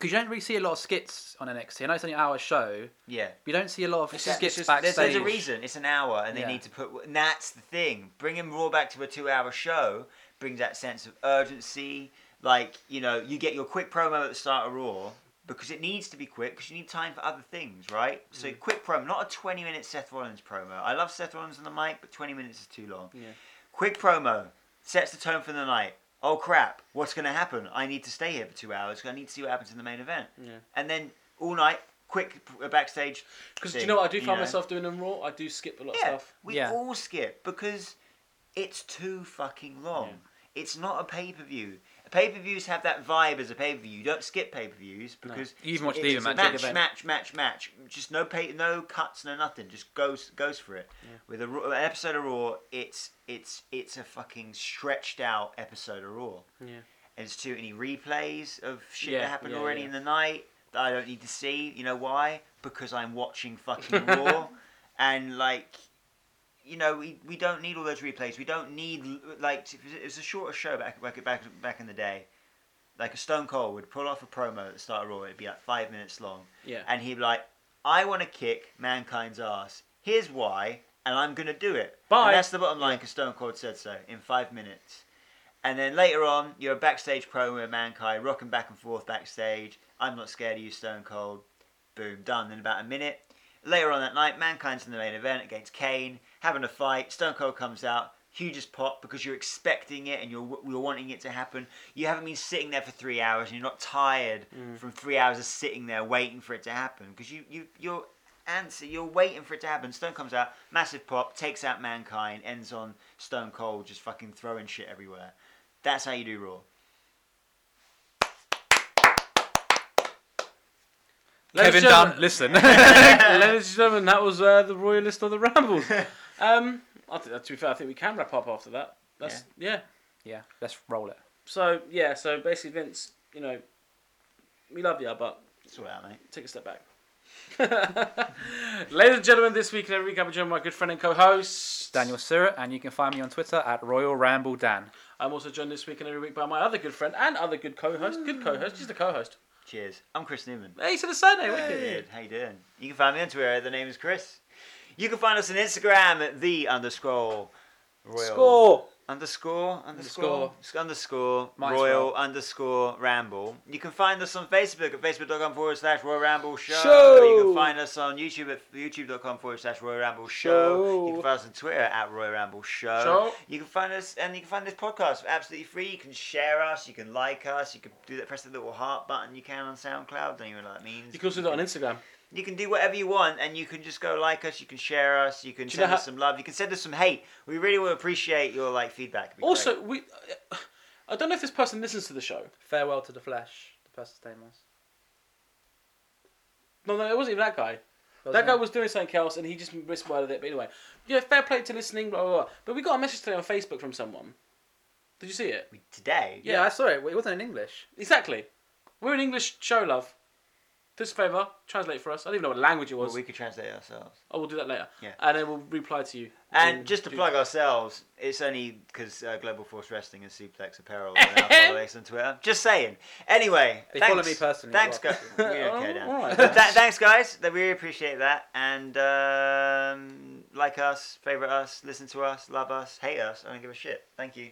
you don't really see a lot of skits on NXT. I know it's only an hour show.
yeah.
but You don't see a lot of
It's just-
skits
it's just-
backstage.
There's, there's a reason. It's an hour, and they
Yeah.
need to put. And that's the thing. Bringing Raw back to a two-hour show brings that sense of urgency. Like you know, you get your quick promo at the start of Raw because it needs to be quick because you need time for other things, right? So
Mm.
quick promo, not a twenty-minute Seth Rollins promo. I love Seth Rollins on the mic, but twenty minutes is too long.
Yeah.
Quick promo sets the tone for the night. Oh crap! What's going to happen? I need to stay here for two hours. 'cause I need to see what happens in the main event.
Yeah.
And then all night, quick uh, backstage.
Because do you
thing,
know what I do find
know?
myself doing in Raw? I do skip a lot of
Yeah,
stuff.
we
Yeah.
all skip because it's too fucking long. It's not a pay per view. Pay per views have that vibe as a pay per view. You don't skip pay per views because
You even watch
it's
the
a
event, big
match,
event.
match, match, match. Just no pay, no cuts, no nothing. Just goes goes for it. With a, Raw- an episode of Raw, it's it's it's a fucking stretched out episode of Raw.
Yeah.
And it's too many replays of shit
Yeah,
that happened
yeah,
already
yeah.
in the night that I don't need to see. You know why? Because I'm watching fucking Raw, and like, you know, we, we don't need all those replays. We don't need like it was a shorter show back back back back in the day. like a Stone Cold would pull off a promo at the start of Raw. It'd be like five minutes long,
Yeah.
and he'd be like, "I want to kick mankind's ass. Here's why, and I'm gonna do it."
Bye.
And that's the bottom line because Stone Cold said so in five minutes. And then later on, you're a backstage promo with Mankind, rocking back and forth backstage. I'm not scared of you, Stone Cold. Boom, done in about a minute. Later on that night, Mankind's in the main event against Kane, having a fight. Stone Cold comes out, hugest pop because you're expecting it and you're, you're wanting it to happen. You haven't been sitting there for three hours and you're not tired from three hours of sitting there waiting for it to happen because you, you, you're answer. You're waiting for it to happen. Stone comes out, massive pop, takes out Mankind, ends on Stone Cold just fucking throwing shit everywhere. That's how you do Raw.
Ladies
Kevin
and gentlemen-
Dunn, listen.
Ladies and gentlemen, that was uh, the royalist of the rambles. Um, I think that to be fair, I think we can wrap up after that. That's yeah.
yeah, let's roll it.
So yeah, so basically, Vince, you know, we love you, but
That's all right, mate.
take a step back. Ladies and gentlemen, this week and every week, I'm joined by my good friend and co-host
Daniel Surratt, and you can find me on Twitter at Royal Ramble Dan.
I'm also joined this week and every week by my other good friend and other good co-host. Good co-host, she's the co-host.
Cheers. I'm Chris Newman.
Hey, so the surname.
Good. How you doing? You can find me on Twitter. The name is Chris. You can find us on Instagram at the underscore royal
Score.
underscore underscore underscore
Might as
royal
well.
underscore ramble. You can find us on Facebook at facebook.com forward slash royal ramble show.
Show.
You can find us on YouTube at youtube.com forward slash royal ramble show. You
Show.
can find us on Twitter at royal ramble
uh,
show.
Show.
You can find us and you can find this podcast for absolutely free. You can share us. You can like us. You can do that. Press the little heart button. You can on SoundCloud. Don't even know what that means.
You can also do it on Instagram.
You can do whatever you want, and you can just go like us. You can share us. You can
Do you know
send us
how-
some love. You can send us some hate. We really will appreciate your like feedback. It'd be great.
Also, we. uh, I don't know if this person listens to the show.
Farewell to the flesh. The person's name was.
No, no, it wasn't even that guy. that guy was doing something else, and he just misworded it. But anyway, yeah, fair play to listening. Blah, blah, blah. But we got a message today on Facebook from someone. Did you see it?
We- today.
Yeah, I saw it. It wasn't in English.
Exactly. We're an English show, love. Do us a favour, translate for us. I don't even know what language it was.
Well, we could translate it ourselves.
I will do that later.
Yeah.
And then we'll reply to you.
And
in
just to
due-
plug ourselves, it's only because uh, Global Force Wrestling and Suplex Apparel are now follow us on Twitter. Just saying. Anyway,
They
thanks.
follow me personally
Thanks,
as
guys. we don't care, Dan.
Oh, alright.
But tha- thanks, guys. They really appreciate that. And um, like us, favorite us, listen to us, love us, hate us. I don't give a shit. Thank you.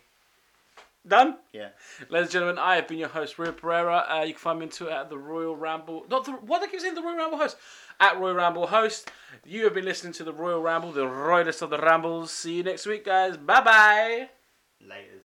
Done?
Yeah.
Ladies and gentlemen, I have been your host, Rui Pereira. Uh, you can find me on Twitter at the Royal Ramble. Not the what I keep saying, the Royal Ramble host. At Royal Ramble host. You have been listening to the Royal Ramble, the royalist of the rambles. See you next week, guys. Bye bye.
Laters.